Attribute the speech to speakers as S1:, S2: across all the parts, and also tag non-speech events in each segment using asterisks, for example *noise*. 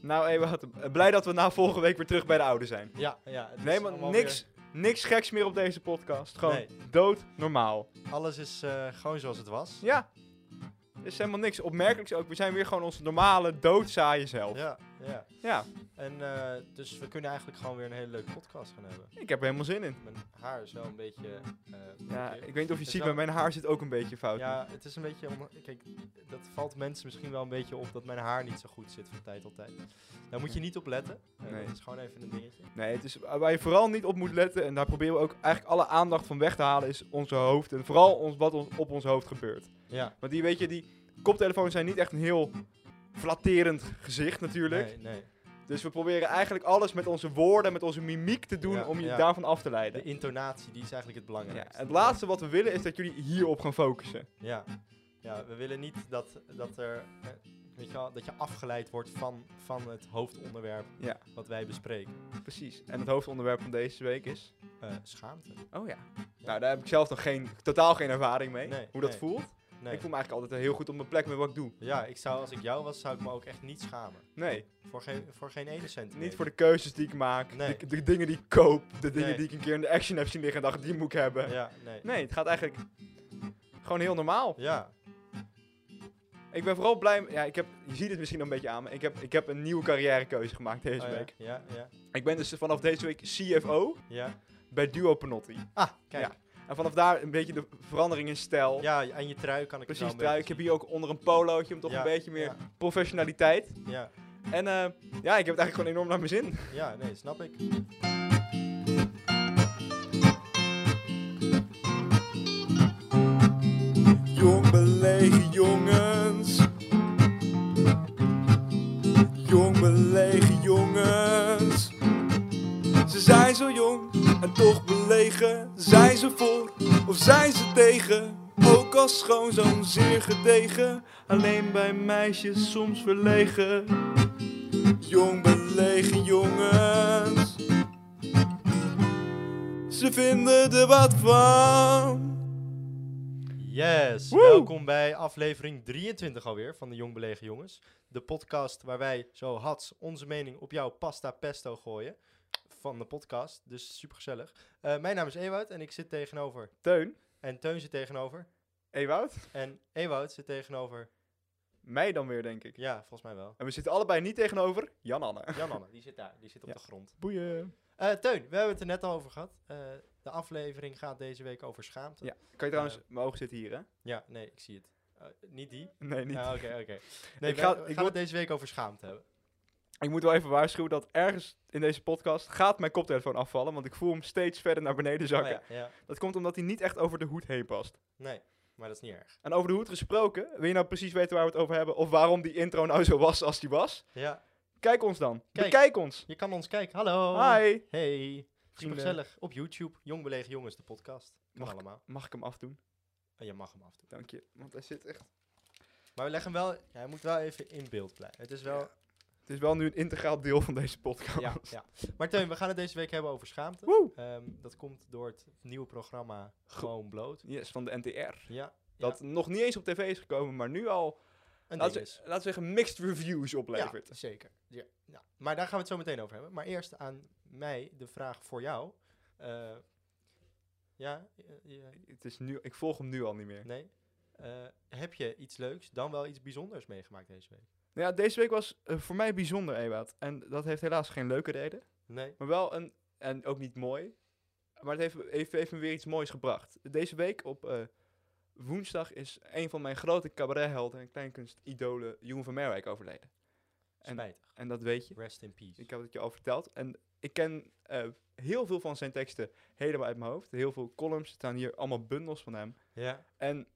S1: Nou, Ewout, blij dat we na volgende week weer terug bij de oude zijn.
S2: Ja, ja. het
S1: Nee,
S2: is
S1: maar
S2: allemaal
S1: niks, niks geks meer op deze podcast. Gewoon
S2: Nee.
S1: dood normaal.
S2: weer- alles is eh, gewoon zoals het was.
S1: Ja. Er is helemaal niks opmerkelijks ook. We zijn weer gewoon onze normale, doodzaaie zelf. Ja.
S2: Ja, ja. En eh, dus we kunnen eigenlijk gewoon weer een hele leuke podcast gaan hebben.
S1: ik heb er helemaal zin in.
S2: Mijn haar is wel een beetje... eh,
S1: Ja,
S2: verkeerd.
S1: ik weet niet of je
S2: Het
S1: het
S2: is
S1: ziet,
S2: wel-
S1: maar mijn haar zit ook een beetje fout.
S2: ja, het is een beetje... om- Kijk, dat valt mensen misschien wel een beetje op dat mijn haar niet zo goed zit van tijd tot tijd. Daar moet je niet op letten. Eh,
S1: Nee.
S2: Dat is gewoon even een dingetje.
S1: Nee, het is, waar je vooral niet op moet letten, en daar proberen we ook eigenlijk alle aandacht van weg te halen, is onze hoofd. En vooral ons, wat ons, op ons hoofd gebeurt.
S2: Ja.
S1: Want die, weet je, die koptelefoons zijn niet echt een heel flatterend gezicht natuurlijk.
S2: Nee, nee.
S1: Dus we proberen eigenlijk alles met onze woorden, met onze mimiek te doen
S2: Ja,
S1: om je
S2: ja.
S1: daarvan af te
S2: De
S1: leiden.
S2: intonatie, die is eigenlijk het
S1: Ja,
S2: belangrijkste.
S1: het laatste wat we willen is dat jullie hierop gaan focussen.
S2: Ja. ja, we willen niet dat, dat, er, eh, weet je wel, dat je afgeleid wordt van, van het hoofdonderwerp
S1: Ja.
S2: wat wij bespreken.
S1: Precies. En het hoofdonderwerp van deze week is...
S2: Eh, schaamte.
S1: Oh ja. Nou, daar heb ik zelf nog geen, totaal geen ervaring mee.
S2: Nee,
S1: hoe dat
S2: nee.
S1: voelt.
S2: Nee.
S1: Ik voel me eigenlijk altijd eh, heel goed op mijn plek met wat ik doe.
S2: Ja, ik zou, als ik jou was, zou ik me ook echt niet schamen.
S1: Nee,
S2: Voor geen, voor geen ene cent.
S1: niet voor de keuzes die ik maak,
S2: Nee.
S1: de, de dingen die ik koop, de dingen
S2: Nee.
S1: die ik een keer in de action heb zien liggen en dacht, die moet ik hebben.
S2: Ja, nee.
S1: Nee, het gaat eigenlijk gewoon heel normaal.
S2: Ja,
S1: Ik ben vooral blij, ja, ik heb, je ziet het misschien nog een beetje aan me, ik heb, ik heb een nieuwe carrièrekeuze gemaakt deze
S2: Oh, ja.
S1: week.
S2: Ja, ja,
S1: Ik ben dus vanaf deze week CFO
S2: ja.
S1: bij Duo Panotti.
S2: Ah, kijk.
S1: En vanaf daar een beetje de verandering in stijl.
S2: Ja, en je trui kan ik het wel
S1: Precies,
S2: een
S1: trui. Ik
S2: beetje
S1: heb hier ook onder een polootje om toch
S2: Ja,
S1: een beetje meer
S2: ja.
S1: professionaliteit.
S2: zien. Ja,
S1: En eh, ja, ik heb het eigenlijk gewoon enorm naar mijn zin.
S2: ja, nee, snap ik.
S3: Jong belegen jongens. Jong belegen jongens. Ze zijn zo jong en toch belegen. Zijn ze voor of zijn ze tegen? Ook als schoonzoon zeer gedegen. Alleen bij meisjes soms verlegen. Jong belegen jongens. Ze vinden er wat van.
S2: Yes,
S1: Woe!
S2: welkom bij aflevering 23 alweer van de Jong Belegen Jongens. De podcast waar wij zo hats onze mening op jouw pasta pesto gooien van de podcast. Dus supergezellig. Eh mijn naam is Ewout en ik zit tegenover.
S1: Teun,
S2: En Teun zit tegenover.
S1: Ewout,
S2: En Ewout zit tegenover.
S1: mij dan weer, denk ik.
S2: Ja, volgens mij wel.
S1: En we zitten allebei niet tegenover Jan-Anne.
S2: Jan-Anne, die zit daar. Die zit op
S1: Ja.
S2: de grond.
S1: Boeien.
S2: Eh, Teun, we hebben het er net al over gehad. Eh, de aflevering gaat deze week over schaamte.
S1: Ja. Kan je trouwens, mijn ogen zitten hier, hè?
S2: Ja, nee, ik zie het. Eh, niet die.
S1: Nee, niet.
S2: Ah, Oké, oké.
S1: *laughs*
S2: Nee,
S1: Ik
S2: we
S1: ga-
S2: we
S1: ik
S2: gaan
S1: wil-
S2: het deze week over schaamte hebben.
S1: Ik moet wel even waarschuwen dat ergens in deze podcast gaat mijn koptelefoon afvallen, want ik voel hem steeds verder naar beneden zakken.
S2: Oh ja, ja.
S1: Dat komt omdat hij niet echt over de hoed heen past.
S2: Nee, maar dat is niet erg.
S1: En over de hoed gesproken, wil je nou precies weten waar we het over hebben of waarom die intro nou zo was als die was?
S2: Ja,
S1: Kijk ons dan.
S2: Kijk. Oh.
S1: Bekijk ons.
S2: je kan ons kijken. Hallo.
S1: Hi.
S2: Hey. Super
S1: Vrienden.
S2: gezellig. Op YouTube. Jong Belegen Jongens, de podcast. Kan
S1: Mag ik-
S2: allemaal.
S1: Mag ik hem afdoen?
S2: En je mag hem af en toe.
S1: Dank je. Want hij zit echt...
S2: Maar we leggen hem wel... ja, hij moet wel even in beeld blijven. Het is wel...
S1: Het is wel nu een integraal deel van deze
S2: Ja,
S1: podcast.
S2: ja. Maar Teun, we gaan het deze week hebben over schaamte.
S1: Woe.
S2: Ehm, dat komt door het nieuwe programma Gewoon Bloot.
S1: Yes, van de NTR.
S2: Ja.
S1: Dat nog niet eens op tv is gekomen, maar nu al,
S2: Een
S1: laten
S2: ding
S1: we,
S2: is.
S1: laten we zeggen, mixed reviews oplevert.
S2: Ja, zeker. Ja. Ja. Maar daar gaan we het zo meteen over hebben. Maar eerst aan mij de vraag voor jou. Eh, ja, eh, ja,
S1: Het is nu, ik volg hem nu al niet meer.
S2: Nee. Eh, heb je iets leuks, dan wel iets bijzonders meegemaakt deze week?
S1: Nou ja, deze week was eh, voor mij bijzonder, Ewout. En dat heeft helaas geen leuke reden,
S2: Nee.
S1: maar wel een, en ook niet mooi. Maar het heeft, heeft, heeft me weer iets moois gebracht. Deze week op eh, woensdag is een van mijn grote cabarethelden en kleinkunstidolen, Jeroen van Merwijk, overleden. En-
S2: Spijtig.
S1: En dat weet je.
S2: Rest in peace.
S1: Ik heb het je al verteld. En ik ken eh, heel veel van zijn teksten helemaal uit mijn hoofd. Heel veel columns. Er staan hier allemaal bundels van hem.
S2: Ja.
S1: En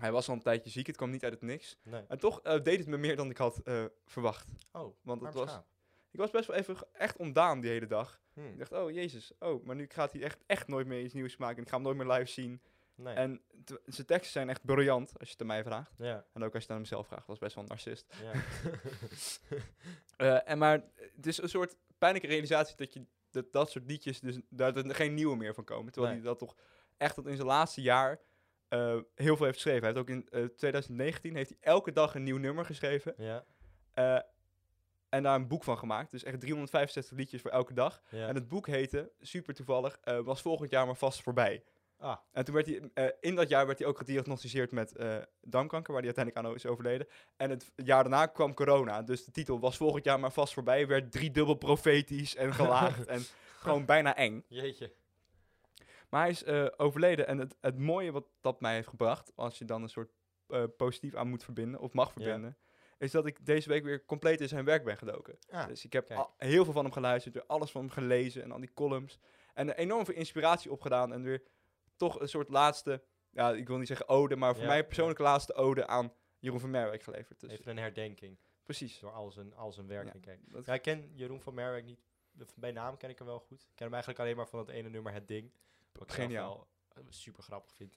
S1: hij was al een tijdje ziek. Het kwam niet uit het niks.
S2: Nee.
S1: En toch eh, deed het me meer dan ik had eh, verwacht.
S2: Oh,
S1: Want
S2: warm
S1: het was,
S2: schaap.
S1: ik was best wel even ge- echt ontdaan die hele dag.
S2: Hmm,
S1: Ik dacht, oh jezus, oh, maar nu gaat hij echt, echt nooit meer iets nieuws maken. Ik ga hem nooit meer live zien.
S2: Nee.
S1: En t- zijn teksten zijn echt briljant, als je het aan mij vraagt.
S2: ja.
S1: En ook als je het aan hemzelf vraagt, was best wel een narcist. *laughs*
S2: ja.
S1: Eh, en maar het is een soort pijnlijke realisatie dat je dat, dat soort liedjes, dus, dat er geen nieuwe meer van komen. Terwijl
S2: Nee.
S1: hij dat toch echt tot in zijn laatste jaar eh, heel veel heeft geschreven. Hij heeft ook in eh, 2019 heeft hij elke dag een nieuw nummer geschreven.
S2: ja.
S1: Eh, En daar een boek van gemaakt. Dus echt 365 liedjes voor elke dag.
S2: Ja.
S1: En het boek heette, super toevallig, eh, was volgend jaar maar vast voorbij.
S2: Ah.
S1: En toen werd hij, eh, in dat jaar werd hij ook gediagnosticeerd met eh, darmkanker, waar hij uiteindelijk aan is overleden. En het jaar daarna kwam corona. Dus de titel was volgend jaar maar vast voorbij, werd driedubbel profetisch en gelaagd. en gewoon bijna eng.
S2: Jeetje.
S1: Maar hij is eh, overleden. En het, het mooie wat dat mij heeft gebracht, als je dan een soort eh, positief aan moet verbinden, of mag verbinden, is dat ik deze week weer compleet in zijn werk ben gedoken.
S2: Ah,
S1: dus ik heb
S2: kijk.
S1: al- heel veel van hem geluisterd, weer alles van hem gelezen en al die columns. En er enorm veel inspiratie opgedaan en weer toch een soort laatste, ja, ik wil niet zeggen ode, maar voor
S2: Ja,
S1: mij persoonlijk laatste ode aan Jeroen van Merwijk geleverd. Dus
S2: Even een herdenking
S1: precies.
S2: door al zijn, al zijn werken. Kijk.
S1: Dat-
S2: Ja, ik ken Jeroen van Merwijk niet. de- Bij naam ken ik hem wel goed. Ik ken hem eigenlijk alleen maar van het ene nummer Het Ding. Wat ik zelf
S1: Geniaal.
S2: wel, eh, super grappig vind.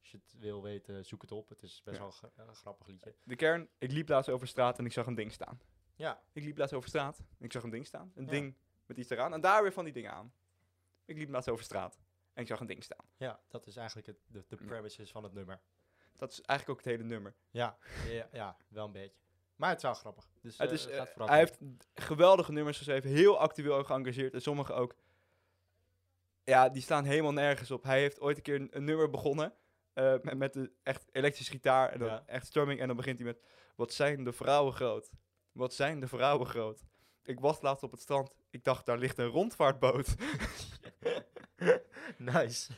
S2: Als je het wil weten, zoek het op. Het is best
S1: Ja.
S2: wel een gra- een grappig liedje.
S1: De kern, ik liep laatst over straat en ik zag een ding staan.
S2: Ja,
S1: Ik liep laatst over straat. en Ik zag een ding staan. Een
S2: Ja.
S1: ding met iets eraan. En daar weer van die dingen aan. Ik liep laatst over straat. En ik zag een ding staan.
S2: ja dat is eigenlijk het, de, de
S1: Ja.
S2: premises van het nummer.
S1: Dat is eigenlijk ook het hele nummer.
S2: Ja, ja, ja, wel een beetje. Maar het is wel grappig. Dus,
S1: het
S2: eh,
S1: is,
S2: gaat
S1: eh,
S2: vooral
S1: hij
S2: goed.
S1: heeft geweldige nummers geschreven. Heel actueel en geëngageerd. En sommige ook. Ja, die staan helemaal nergens op. Hij heeft ooit een keer een, een nummer begonnen. eh, met, met de echt elektrische gitaar. En dan
S2: Ja.
S1: echt strumming. En dan begint hij met... Wat zijn de vrouwen groot? Wat zijn de vrouwen groot? Ik was laatst op het strand. Ik dacht, daar ligt een rondvaartboot. *laughs*
S2: *laughs* Nice.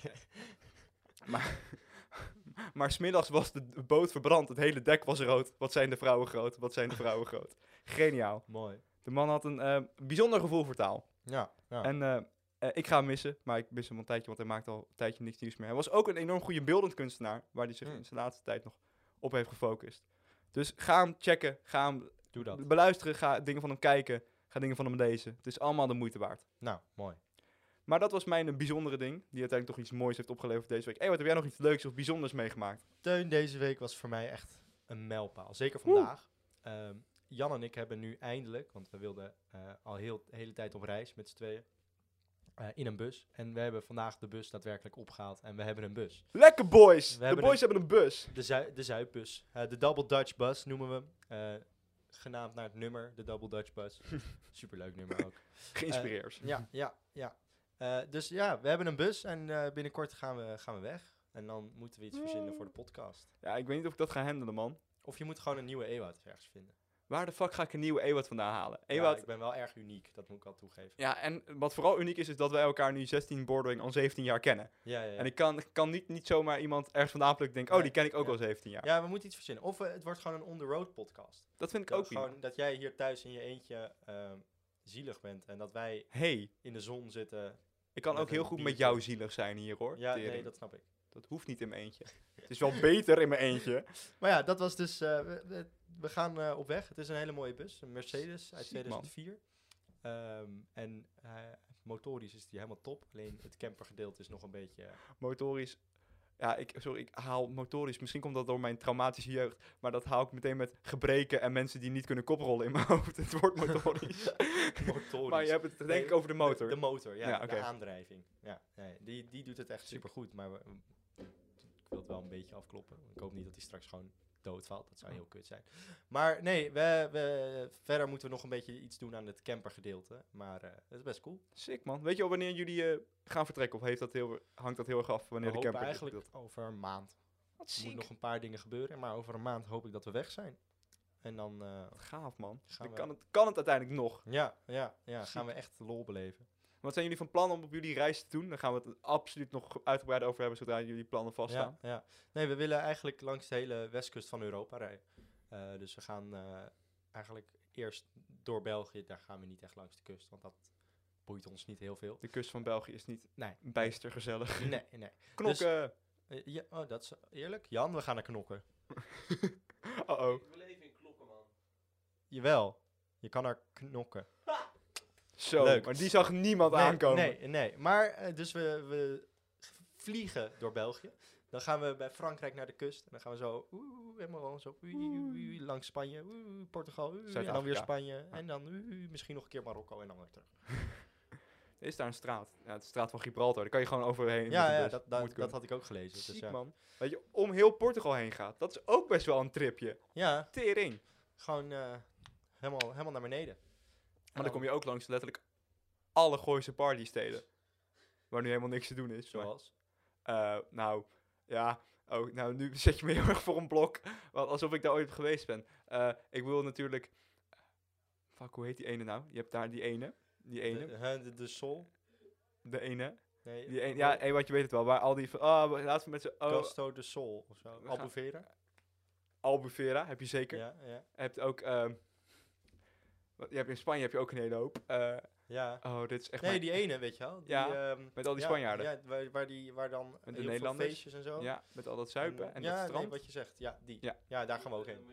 S2: *laughs*
S1: Maar smiddags was de d- boot verbrand, het hele dek was rood. Wat zijn de vrouwen groot, wat zijn de vrouwen groot. Geniaal.
S2: Mooi.
S1: De man had een eh, bijzonder gevoel voor taal.
S2: Ja, ja.
S1: En eh, eh, ik ga hem missen, maar ik mis hem al een tijdje, want hij maakt al een tijdje niks nieuws meer. Hij was ook een enorm goede beeldend kunstenaar, waar hij zich
S2: Hmm.
S1: in zijn laatste tijd nog op heeft gefocust. Dus ga hem checken, ga hem
S2: doe dat.
S1: beluisteren, ga dingen van hem kijken, ga dingen van hem lezen. Het is allemaal de moeite waard.
S2: Nou, mooi.
S1: Maar dat was mijn eh, bijzondere ding, die uiteindelijk toch iets moois heeft opgeleverd deze week. Hé, wat heb jij nog iets leuks of bijzonders meegemaakt?
S2: Teun deze week was voor mij echt een mijlpaal. Zeker
S1: Woe.
S2: vandaag. Ehm, Jan en ik hebben nu eindelijk, want we wilden eh, al heel de hele tijd op reis met z'n tweeën, eh, in een bus. En we hebben vandaag de bus daadwerkelijk opgehaald en we hebben een bus.
S1: Lekker boys!
S2: We
S1: de
S2: hebben Eh,
S1: boys hebben een bus.
S2: De, zui de Zuidbus. Eh, de Double Dutch Bus noemen we hem. Eh, genaamd naar het nummer, de Double Dutch *laughs* Bus. Superleuk nummer ook.
S1: Geïnspireerd.
S2: *laughs* Ja, ja, ja. Eh, dus ja, we hebben een bus en eh, binnenkort gaan we, gaan we weg. En dan moeten we iets verzinnen voor de podcast.
S1: ja, ik weet niet of ik dat ga handelen, man.
S2: Of je moet gewoon een nieuwe Ewout ergens vinden.
S1: Waar de fuck ga ik een nieuwe Ewout vandaan halen?
S2: Ja,
S1: Ewout... Ja,
S2: ik ben wel erg uniek, dat moet ik al toegeven.
S1: en wat vooral uniek is, is dat wij elkaar nu 16 bordering al 17 jaar kennen.
S2: Ja, ja, ja.
S1: En ik kan, ik kan niet, niet zomaar iemand ergens vandaan plukken en denken, oh,
S2: Nee,
S1: die ken ik ook
S2: ja.
S1: al 17 jaar.
S2: ja, we moeten iets verzinnen. Of eh, het wordt gewoon een on-the-road podcast.
S1: Dat vind ik
S2: Dat,
S1: ook prima.
S2: gewoon, dat jij hier thuis in je eentje ehm, zielig bent. En dat wij
S1: hey,
S2: in de zon zitten.
S1: ik kan
S2: Met
S1: ook heel
S2: een
S1: goed met
S2: biertje.
S1: jou zielig zijn hier, hoor.
S2: Ja,
S1: Tering.
S2: nee,
S1: dat...
S2: dat snap ik.
S1: hoeft niet in mijn eentje. het is wel beter in mijn eentje.
S2: Maar ja, dat was dus... eh, we, we- we gaan eh, op weg. Het is een hele mooie bus. Een Mercedes uit
S1: Ziek, man.
S2: 2004. Ehm, en eh, motorisch is die helemaal top. Alleen het campergedeelte is nog een beetje... eh,
S1: Motorisch... Ja, ik, sorry, ik haal motorisch. Misschien komt dat door mijn traumatische jeugd. Maar dat haal ik meteen met gebreken en mensen die niet kunnen koprollen in mijn *laughs* hoofd. Het wordt *laughs* motorisch.
S2: *laughs* motorisch.
S1: Maar je hebt het denk
S2: Nee,
S1: ik over de motor.
S2: De, motor, ja.
S1: Ja,
S2: De
S1: oké.
S2: aandrijving. Ja, nee, die, die doet het echt supergoed. Maar we- ik wil het wel een beetje afkloppen. Ik hoop niet dat hij straks gewoon doodvalt. Dat zou heel kut zijn. Maar nee, we, we, verder moeten we nog een beetje iets doen aan het campergedeelte. Maar eh dat is best cool.
S1: Sick man. Weet je al wanneer jullie eh, gaan vertrekken? Of heeft dat heel, hangt dat heel erg af
S2: We
S1: wanneer de
S2: hopen
S1: camper...
S2: eigenlijk over een maand.
S1: Wat
S2: Er moeten nog een paar dingen gebeuren. Maar over een maand hoop ik dat we weg zijn. En dan... eh,
S1: Gaaf man.
S2: Gaan
S1: Dan
S2: we-
S1: kan het, kan het uiteindelijk nog.
S2: ja, ja, ja. Gaan we echt lol beleven.
S1: Wat zijn jullie van plan om op jullie reis te doen? Dan gaan we het absoluut nog uitgebreid over hebben zodra jullie plannen vaststaan.
S2: Ja, ja. Nee, we willen eigenlijk langs de hele westkust van Europa rijden. Eh, dus we gaan eh, eigenlijk eerst door België. Daar gaan we niet echt langs de kust, want dat boeit ons niet heel
S1: *laughs*
S2: veel.
S1: De kust van België is niet
S2: Nee,
S1: bijster
S2: *laughs*
S1: gezellig.
S2: nee, nee.
S1: Knokken.
S2: Eh, ja, oh, dat is eerlijk. Jan, we gaan naar knokken. Dus-
S1: Uh-oh.
S4: Ik wil even in klokken, man.
S2: Jawel, je kan naar knokken.
S1: Zo.
S2: Leuk.
S1: Maar die zag niemand
S2: nee,
S1: aankomen.
S2: Nee, nee. Maar eh, dus we, we vliegen door België. Dan gaan we bij Frankrijk naar de kust. En dan gaan we zo oeh, oeh, helemaal gewoon zo oeh, oeh, oeh, langs Spanje, oeh, oeh, Portugal, oeh, en dan weer
S1: Zuid-Afrika.
S2: Spanje.
S1: Ja.
S2: En dan oeh, oeh, misschien nog een keer Marokko en dan weer terug.
S1: Is daar een straat? Ja, de straat van Gibraltar. Daar kan je gewoon overheen. met
S2: ja,
S1: de
S2: ja
S1: bus.
S2: dat, dat,
S1: Moet
S2: dat
S1: kunnen.
S2: had ik ook gelezen. Dus
S1: Ziek
S2: ja.
S1: man. Dat je om heel Portugal heen gaat. Dat is ook best wel een tripje.
S2: ja,
S1: Tering.
S2: gewoon eh, helemaal, helemaal naar beneden.
S1: Maar dan kom je ook langs letterlijk alle Gooise partysteden. Waar nu helemaal niks te doen is. maar-
S2: Zoals?
S1: Eh, nou, ja. Oh, nou, nu *laughs* zet je me heel erg voor een blok. Want alsof ik daar ooit geweest ben. Eh, ik wil natuurlijk... Fuck, hoe heet die ene nou? Je hebt daar die ene. Die
S2: De,
S1: ene. De,
S2: hè, de, de Sol?
S1: ene.
S2: Nee,
S1: Die ene. Ja, eh, want je weet het wel. Waar al die... van- Oh, we- laten we met z'n... Oh,
S2: Casto de Sol of zo.
S1: We gaan-
S2: Albuvera?
S1: Albufeira heb je zeker.
S2: Ja, ja.
S1: Je hebt ook... ehm, wat- je hebt in Spanje heb je ook een hele hoop. Eh,
S2: ja.
S1: oh, dit is echt
S2: Nee,
S1: mijn-
S2: die ene, weet je wel. Die,
S1: Ja,
S2: ehm,
S1: met al die
S2: ja,
S1: Spanjaarden.
S2: Ja, waar, waar, die, waar dan heel veel
S1: Nederlanders.
S2: feestjes en zo.
S1: Ja, met al dat zuipen en,
S2: eh, ja,
S1: dat
S2: nee,
S1: strand.
S2: wat je zegt. Ja, die.
S1: Ja.
S2: Ja, daar gaan we ook heen.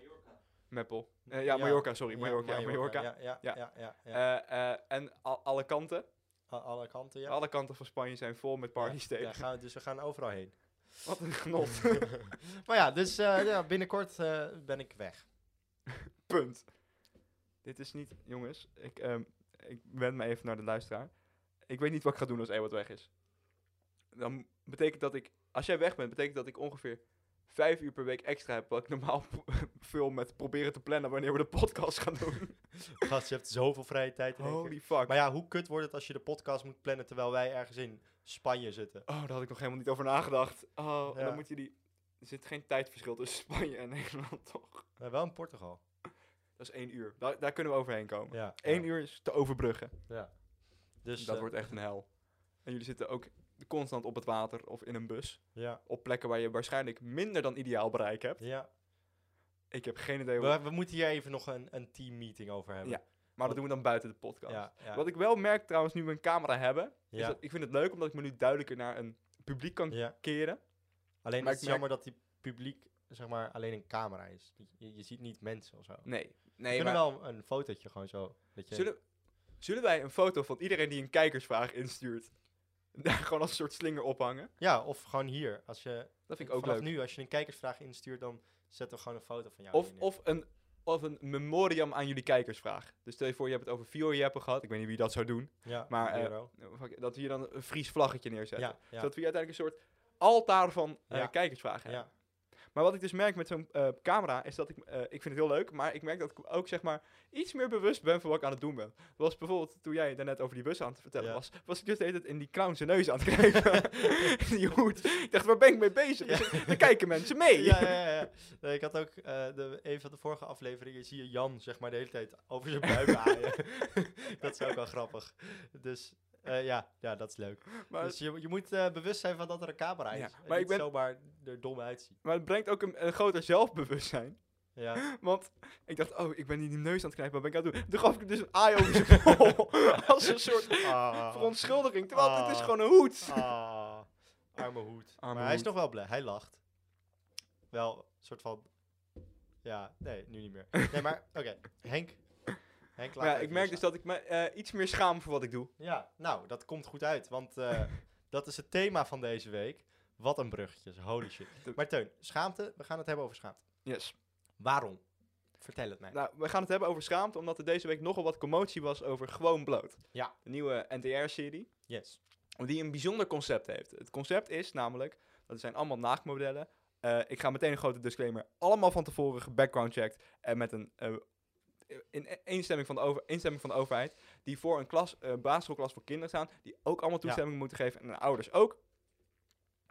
S1: Meppel. Eh,
S2: Ja,
S1: ja, Mallorca, sorry. Mallorca, ja, Mallorca.
S2: Ja, ja,
S1: Ja.
S2: ja. ja, ja,
S1: Eh, eh, en al- alle kanten.
S2: A- alle kanten, ja.
S1: Alle kanten van Spanje zijn vol met partysteden.
S2: Ja, gaan we, dus we gaan overal heen.
S1: *laughs* Wat een genot.
S2: *laughs* maar ja, dus eh, ja, binnenkort eh, ben ik weg.
S1: Punt. Dit is niet, jongens. Ik, ehm ik wend me even naar de luisteraar. Ik weet niet wat ik ga doen als Ewart weg is. Dan betekent dat ik, als jij weg bent, betekent dat ik ongeveer vijf uur per week extra heb. Wat ik normaal *laughs* p- vul met proberen te plannen wanneer we de podcast gaan doen.
S2: Gast, je hebt zoveel vrije tijd in één keer.
S1: Holy fuck.
S2: Maar ja, hoe kut wordt het als je de podcast moet plannen terwijl wij ergens in Spanje zitten?
S1: Oh, daar had ik nog helemaal niet over nagedacht. Oh, en
S2: Ja.
S1: dan moet je die... Er zit geen tijdverschil tussen Spanje en *laughs* Nederland, toch?
S2: Maar wel in Portugal.
S1: Dat is één uur. Daar, daar kunnen we overheen komen.
S2: Ja.
S1: Eén
S2: ja.
S1: uur is te overbruggen.
S2: Ja. Dus
S1: dat
S2: eh,
S1: wordt echt een hel. En jullie zitten ook constant op het water of in een bus.
S2: Ja.
S1: Op plekken waar je waarschijnlijk minder dan ideaal bereik hebt.
S2: ja.
S1: Ik heb geen idee hoe.
S2: We, we moeten hier even nog een, een teammeeting over hebben.
S1: Ja, Maar dat doen we dan buiten de podcast.
S2: ja, ja.
S1: Wat ik wel merk trouwens, nu we een camera hebben. Is
S2: Ja.
S1: dat, ik vind het leuk omdat ik me nu duidelijker naar een publiek kan
S2: Ja.
S1: keren.
S2: Alleen
S1: Maar
S2: het is
S1: ik merk-
S2: jammer dat die publiek, zeg maar, alleen een camera is. Je, je ziet niet mensen of zo. We
S1: Nee. nee
S2: kunnen
S1: maar
S2: wel een fotootje gewoon zo. Dat je,
S1: zullen, zullen wij een foto van iedereen die een kijkersvraag instuurt. *laughs* daar gewoon als een soort slinger ophangen?
S2: Ja, of gewoon hier. Als je,
S1: Dat vind ik ook
S2: vanaf
S1: leuk.
S2: nu, als je een kijkersvraag instuurt, dan zetten we gewoon een foto van jou
S1: Of,
S2: in.
S1: of, een, of een memoriam aan jullie kijkersvraag. Dus stel je voor, je hebt het over Fioreappen gehad. Ik weet niet wie dat zou doen.
S2: ja,
S1: maar, eh,
S2: euro.
S1: Nou, fuck, Dat we hier dan een Fries vlaggetje
S2: Ja,
S1: neerzetten.
S2: ja, ja,
S1: Zodat we hier uiteindelijk een soort altaar van eh,
S2: Ja.
S1: kijkersvragen hebben.
S2: ja,
S1: Maar wat ik dus merk met zo'n eh, camera is dat ik, eh, ik vind het heel leuk, maar ik merk dat ik ook zeg maar iets meer bewust ben van wat ik aan het doen ben. Was bijvoorbeeld toen jij daarnet over die bus aan het vertellen
S2: Ja.
S1: was, was ik dus de hele tijd in die clown zijn neus aan het
S2: *laughs*
S1: kijken. die hoed. Ik dacht, waar ben ik mee bezig?
S2: *laughs*
S1: *laughs*
S2: Ja.
S1: Dan kijken mensen mee.
S2: ja, ja, ja. Nee, ik had ook eh, de, een van de vorige afleveringen zie je Jan zeg maar de hele tijd over zijn
S1: *laughs*
S2: buik haaien. *laughs* dat is ook wel grappig. Dus eh, ja, ja, dat is leuk.
S1: Maar
S2: dus je, je moet eh, bewust zijn van dat er een camera is.
S1: Ja,
S2: En
S1: maar ik
S2: niet
S1: ben-
S2: zomaar er dom uitzien.
S1: Maar het brengt ook een, een groter zelfbewustzijn.
S2: Ja.
S1: Want ik dacht, oh, ik ben niet die neus aan het knijpen, wat ben ik aan het doen? Toen gaf ik hem dus een aai over zijn bol. *laughs* als een soort *laughs*
S2: Ah,
S1: verontschuldiging. Terwijl dit is
S2: Ah.
S1: gewoon een hoed.
S2: ah, arme hoed.
S1: Arme
S2: maar hij is
S1: hoed.
S2: nog wel blij. Hij lacht. Wel, een soort van... Ja, nee, nu niet meer. Nee,
S1: *laughs*
S2: maar oké. Henk. Henk laat
S1: Maar ja,
S2: even
S1: ik merk
S2: los.
S1: dus dat ik me eh, iets meer schaam voor wat ik doe.
S2: Ja, nou, dat komt goed uit,
S1: *laughs*
S2: want eh, dat is het thema van deze week. Wat een bruggetje, holy
S1: *laughs*
S2: shit.
S1: De-
S2: Maar Teun, schaamte, we gaan het hebben over schaamte.
S1: Yes.
S2: Waarom? Vertel het mij.
S1: Nou, we gaan het hebben over schaamte, omdat er deze week nogal wat commotie was over Gewoon Bloot.
S2: Ja.
S1: De nieuwe NTR-serie,
S2: Yes.
S1: die een bijzonder concept heeft. Het concept is namelijk, dat zijn allemaal naaktmodellen. Eh, ik ga meteen een grote disclaimer. Allemaal van tevoren gebackground checkt en met een eh, in in- instemming van, de over, instemming van de overheid, die voor een klas, eh, basisschoolklas voor kinderen staan, die ook allemaal toestemming moeten geven en de ouders ook.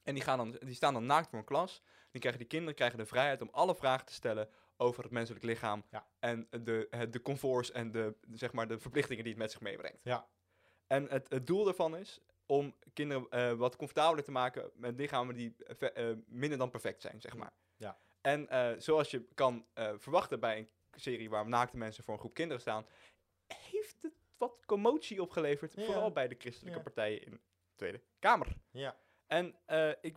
S1: En die, gaan dan, die staan dan naakt voor een klas. Dan krijgen die kinderen krijgen de vrijheid om alle vragen te stellen over het menselijk lichaam
S2: Ja.
S1: en de, eh, de comforts en de, zeg maar, de verplichtingen die het met zich meebrengt.
S2: Ja.
S1: En het, het doel daarvan is om kinderen eh, wat comfortabeler te maken met lichamen die eh, ve- eh, minder dan perfect zijn, zeg
S2: Hm.
S1: maar.
S2: Ja.
S1: En eh, zoals je kan eh, verwachten bij een serie waar naakte mensen voor een groep kinderen staan, heeft het wat commotie opgeleverd,
S2: Ja.
S1: vooral bij de christelijke
S2: Ja.
S1: partijen in de Tweede Kamer.
S2: Ja.
S1: En, eh, ik,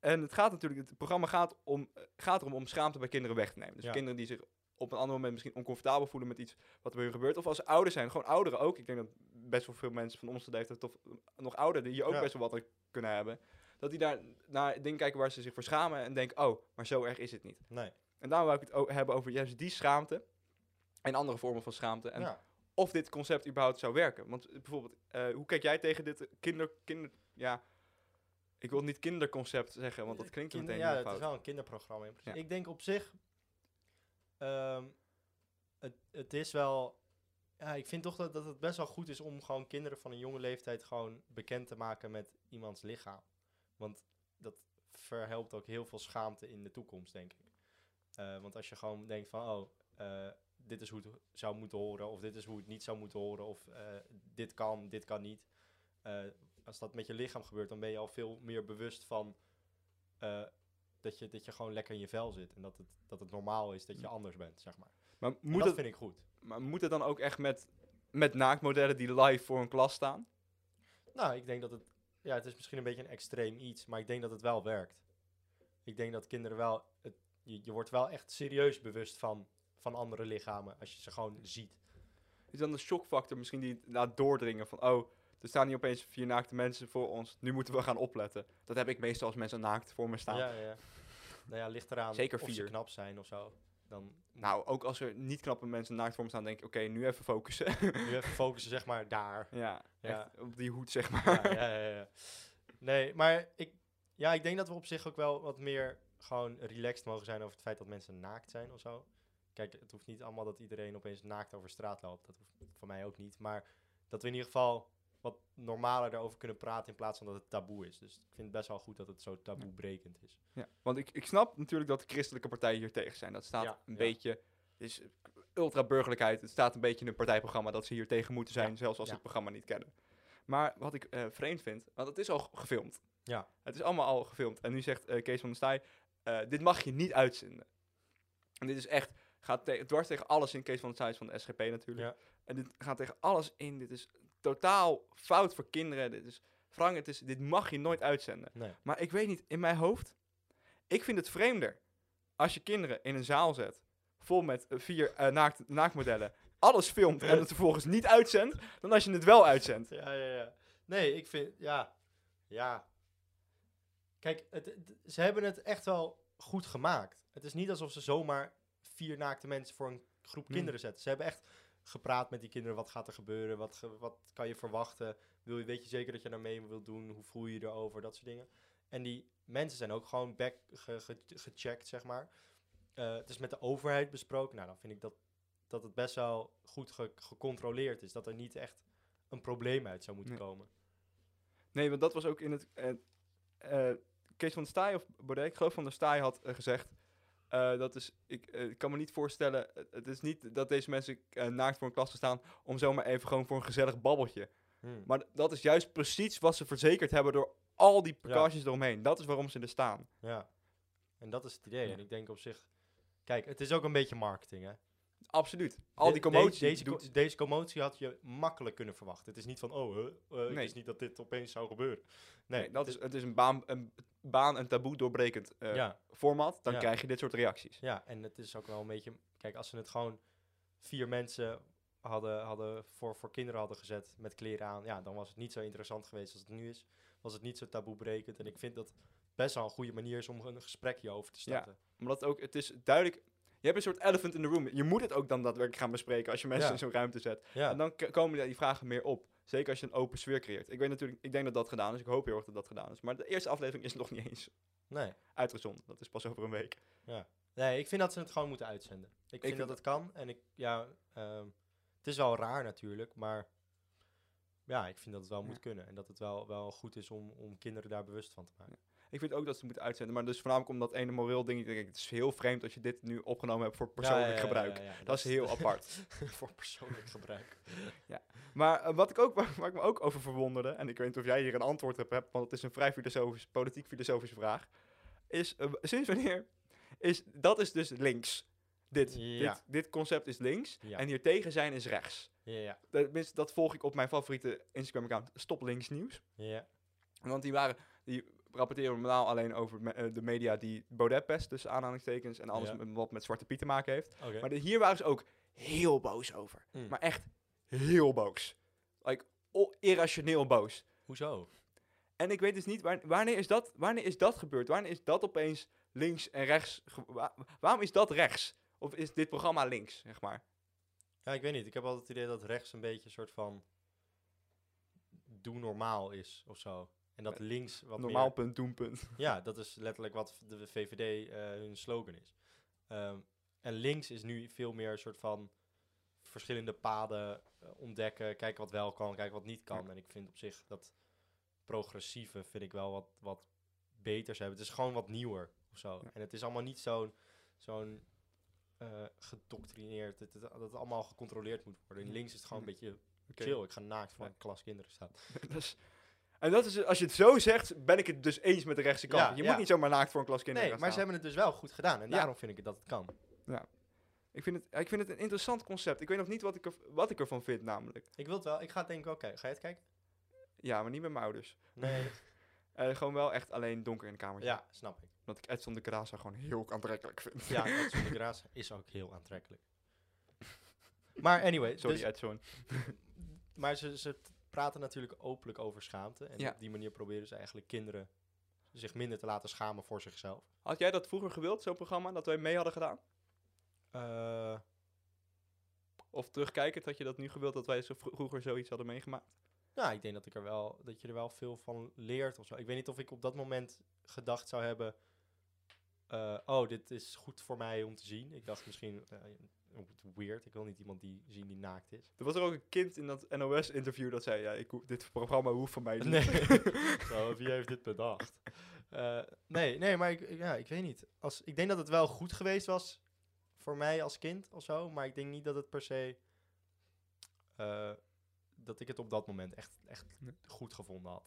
S1: en het gaat natuurlijk, het programma gaat, om, eh, gaat erom om schaamte bij kinderen weg te nemen. Dus
S2: Ja.
S1: kinderen die zich op een ander moment misschien oncomfortabel voelen met iets wat er bij hun gebeurt. Of als ze ouder zijn, gewoon ouderen ook. Ik denk dat best wel veel mensen van onze leeftijd, of nog ouderen, die ook
S2: Ja.
S1: best wel wat aan kunnen hebben. Dat die daar naar dingen kijken waar ze zich voor schamen en denken, oh, maar zo erg is het niet.
S2: Nee.
S1: En daarom wil ik het ook hebben over juist die schaamte en andere vormen van schaamte. En
S2: ja.
S1: of dit concept überhaupt zou werken. Want eh, bijvoorbeeld, eh, hoe kijk jij tegen dit kinder... kinder ja, ik wil niet kinderconcept zeggen, want dat klinkt
S2: Kinder-
S1: meteen
S2: Eh, Ja,
S1: heel
S2: het is
S1: fout.
S2: wel een kinderprogramma in principe.
S1: Ja.
S2: Ik denk op zich... ehm, het, het is wel... eh, ja, ik vind toch dat, dat het best wel goed is om gewoon kinderen van een jonge leeftijd gewoon bekend te maken met iemands lichaam. Want dat verhelpt ook heel veel schaamte in de toekomst, denk ik. Eh, want als je gewoon denkt van, oh, eh, dit is hoe het zou moeten horen, of dit is hoe het niet zou moeten horen, of eh, dit kan, dit kan niet. Eh, als dat met je lichaam gebeurt, dan ben je al veel meer bewust van eh, dat, je, dat je gewoon lekker in je vel zit. En dat het, dat het normaal is dat je anders bent, zeg maar.
S1: Maar
S2: En
S1: Mm. moet,
S2: dat
S1: het,
S2: vind ik goed.
S1: maar moet het dan ook echt met, met naaktmodellen die live voor een klas staan?
S2: Nou, ik denk dat het... Ja, het is misschien een beetje een extreem iets, maar ik denk dat het wel werkt. Ik denk dat kinderen wel... Het, je, je wordt wel echt serieus bewust van, van andere lichamen als je ze gewoon ziet.
S1: Is dan de shockfactor misschien die het laat doordringen van... Oh, er staan hier opeens vier naakte mensen voor ons. Nu moeten we gaan opletten. Dat heb ik meestal als mensen naakt voor me staan.
S2: Ja, ja. ja. Nou ja, ligt eraan
S1: Zeker
S2: of ze
S1: vier.
S2: knap zijn of zo. Dan
S1: Nou, ook als er niet knappe mensen naakt voor me staan, denk ik... Oké, nu even focussen. *laughs*
S2: nu even focussen, zeg maar, daar.
S1: ja,
S2: Ja.
S1: echt op die hoed, zeg maar.
S2: ja, *laughs* ja, ja, ja. Nee, maar ik, ja, ik denk dat we op zich ook wel wat meer gewoon relaxed mogen zijn over het feit dat mensen naakt zijn of zo. Kijk, het hoeft niet allemaal dat iedereen opeens naakt over straat loopt. Dat hoeft voor mij ook niet. Maar dat we in ieder geval wat normaler daarover kunnen praten in plaats van dat het taboe is. Dus ik vind het best wel goed dat het zo taboebrekend is.
S1: Ja, want ik, ik snap natuurlijk dat de christelijke partijen hier tegen zijn. Dat staat
S2: Ja,
S1: een
S2: ja.
S1: beetje. Het is ultra-burgerlijkheid. Het staat een beetje in een partijprogramma dat ze hier tegen moeten zijn,
S2: Ja,
S1: zelfs als ze
S2: ja.
S1: het programma niet kennen. Maar wat ik eh, vreemd vind, want het is al g- gefilmd.
S2: Ja.
S1: Het is allemaal al gefilmd. En nu zegt eh, Kees van der Staaij, eh, dit mag je niet uitzenden. En dit is echt, gaat te dwars tegen alles in. Kees van der Staaij is van de SGP natuurlijk.
S2: Ja.
S1: En dit gaat tegen alles in. Dit is totaal fout voor kinderen. Dit is, Frank, het is, dit mag je nooit uitzenden.
S2: Nee.
S1: Maar ik weet niet, in mijn hoofd, ik vind het vreemder als je kinderen in een zaal zet, vol met eh, vier eh, naakt, naaktmodellen, alles filmt en het vervolgens niet uitzendt, dan als je het wel uitzendt.
S2: Ja, ja, ja. Nee, ik vind, ja. Ja. Kijk, het, het- ze hebben het echt wel goed gemaakt. Het is niet alsof ze zomaar vier naakte mensen voor een groep
S1: Hmm.
S2: kinderen zetten. Ze hebben echt gepraat met die kinderen. Wat gaat er gebeuren? Wat, ge- wat kan je verwachten? Wil je, weet je zeker dat je daar mee wilt doen? Hoe voel je je erover? Dat soort dingen. En die mensen zijn ook gewoon back ge- ge- gecheckt, zeg maar. Eh, het is met de overheid besproken. Nou, dan vind ik dat, dat het best wel goed ge- gecontroleerd is. Dat er niet echt een probleem uit zou moeten
S1: Nee.
S2: komen.
S1: Nee, want dat was ook in het... eh, eh, Kees van der Staaij of Baudet, ik geloof van der Staaij had eh, gezegd, eh, dat is, ik eh, ik kan me niet voorstellen, eh, het is niet dat deze mensen eh, naakt voor een klas gaan staan om zomaar even gewoon voor een gezellig babbeltje. Maar d- dat is juist precies wat ze verzekerd hebben door al die precauties eromheen. Dat is waarom ze er staan.
S2: Ja. En dat is het idee.
S1: Ja.
S2: En ik denk op zich... Kijk, het is ook een beetje marketing, hè?
S1: Absoluut. Al die
S2: De-
S1: commotie
S2: deze,
S1: doet...
S2: co- deze commotie had je makkelijk kunnen verwachten. Het is niet van, oh, hè, eh,
S1: Nee.
S2: ik wist niet dat dit opeens zou gebeuren. Nee,
S1: nee, dat
S2: dit-
S1: is, het is een baan, een baan en taboe doorbrekend eh,
S2: ja,
S1: format. Dan
S2: Ja.
S1: krijg je dit soort reacties.
S2: ja, en het is ook wel een beetje... Kijk, als ze het gewoon vier mensen hadden, hadden voor, voor kinderen hadden gezet met kleren aan... Ja, dan was het niet zo interessant geweest als het nu is. Was het niet zo taboebrekend. En ik vind dat best wel een goede manier is om een gesprek hierover te starten.
S1: Omdat ook, het is duidelijk... Je hebt een soort elephant in the room. Je moet het ook dan daadwerkelijk gaan bespreken als je mensen
S2: Ja.
S1: in zo'n ruimte zet.
S2: Ja.
S1: En dan k- komen die vragen meer op. Zeker als je een open sfeer creëert. Ik weet natuurlijk, ik denk dat dat gedaan is. Ik hoop heel erg dat dat gedaan is. Maar de eerste aflevering is nog niet eens
S2: Nee.
S1: uitgezonden. Dat is pas over een week.
S2: Nee, ik vind dat ze het gewoon moeten uitzenden. Ik, vind
S1: vind
S2: dat het kan. En ik, ja, ehm, het is wel raar natuurlijk, maar ja, ik vind dat het wel
S1: Ja.
S2: moet kunnen. En dat het wel, wel goed is om, om kinderen daar bewust van te maken.
S1: Ik vind ook dat ze het moeten uitzenden. Maar dus voornamelijk omdat ene moreel ding. Ik denk, het is heel vreemd als je dit nu opgenomen hebt voor persoonlijk
S2: Ja, ja, ja,
S1: gebruik.
S2: ja, ja, ja,
S1: Dat is heel apart.
S2: *laughs* voor persoonlijk
S1: *laughs*
S2: gebruik.
S1: Maar eh, wat ik ook, *laughs* waar, waar ik me ook over verwonderde, en ik weet niet of jij hier een antwoord op hebt, want het is een vrij filosofisch, politiek-filosofische vraag, is eh, w- sinds wanneer is, dat is dus links. Dit,
S2: Ja.
S1: dit, dit concept is links
S2: Ja.
S1: en hiertegen zijn is rechts.
S2: Ja, ja,
S1: Tenminste, dat volg ik op mijn favoriete Instagram-account, Stop Links Nieuws.
S2: ja. Want
S1: Want die, waren, die rapporteren normaal alleen over me- eh, de media die Baudet pest, tussen aanhalingstekens, en alles
S2: Ja.
S1: met- wat met Zwarte Piet te maken heeft.
S2: oké.
S1: Maar de- hier waren ze ook heel boos over.
S2: *laughs* Mm.
S1: Maar echt heel boos. Like, o- irrationeel boos.
S2: Hoezo?
S1: En ik weet dus niet, waar- wanneer, is dat, wanneer is dat gebeurd? Wanneer is dat opeens links en rechts? ge- wa- waarom is dat rechts? Of is dit programma links, zeg maar?
S2: Ja, ik weet niet. Ik heb altijd het idee dat rechts een beetje een soort van doe normaal is of zo. En dat links wat
S1: Normaal
S2: meer
S1: punt, doen punt. *laughs*
S2: Ja, dat is letterlijk wat v- de VVD eh, hun slogan is. Ehm, en links is nu veel meer een soort van verschillende paden, eh, ontdekken, kijken wat wel kan, kijken wat niet kan. En ik vind op zich dat progressieve vind ik wel wat, wat beters hebben. Het is gewoon wat nieuwer of zo.
S1: Ja.
S2: En het is allemaal niet zo'n zo'n eh, gedoctrineerd, dat het, dat het allemaal gecontroleerd moet worden. In
S1: Ja.
S2: links is het gewoon een beetje
S1: Oké. *laughs*
S2: chill. Ik ga naakt voor
S1: Ja.
S2: een klas kinderen staan.
S1: Dat is- en dat is, dus, als je het zo zegt, ben ik het dus eens met de rechtse kant.
S2: Ja,
S1: je
S2: ja.
S1: moet niet zomaar naakt voor een klas
S2: Nee,
S1: kinderen
S2: maar
S1: gaan
S2: ze
S1: staan.
S2: hebben het dus wel goed gedaan. En
S1: Ja.
S2: daarom vind ik dat het kan.
S1: ik, vind het, ik vind het een interessant concept. Ik weet nog niet wat ik, er, wat ik ervan vind, namelijk.
S2: Ik wil het wel. Ik ga het denk ik wel kijken. Ga je het kijken?
S1: Ja, maar niet met mijn ouders.
S2: Nee.
S1: Eh, gewoon wel echt alleen donker in een kamertje.
S2: ja, snap ik.
S1: Omdat ik Edson de Graza gewoon heel aantrekkelijk vind.
S2: Ja, Edson de Graça is ook heel aantrekkelijk. Maar anyway,
S1: Eh, Sorry,
S2: dus-
S1: Edson.
S2: maar ze, ze praten natuurlijk openlijk over schaamte. En
S1: Ja.
S2: op die manier proberen ze eigenlijk kinderen zich minder te laten schamen voor zichzelf.
S1: Had jij dat vroeger gewild, zo'n programma, dat wij mee hadden gedaan?
S2: Eh,
S1: Of terugkijkend, had je dat nu gewild dat wij zo vro- vroeger zoiets hadden meegemaakt?
S2: nou, ik denk dat, ik er wel, dat je er wel veel van leert of zo. Ik weet niet of ik op dat moment gedacht zou hebben... eh, oh, dit is goed voor mij om te zien. Ik dacht misschien, eh, weird. Ik wil niet iemand die zien die naakt is.
S1: Er was er ook een kind in dat NOS-interview dat zei, ja, ik, hoef- dit programma hoeft van mij niet.
S2: Nee. Zo, wie heeft dit bedacht? Eh, nee, nee, maar ik, ik- ja, ik weet niet. Als, ik denk dat het wel goed geweest was voor mij als kind of zo. Maar ik denk niet dat het per se... eh, dat ik het op dat moment echt, echt
S1: Nee.
S2: goed gevonden had.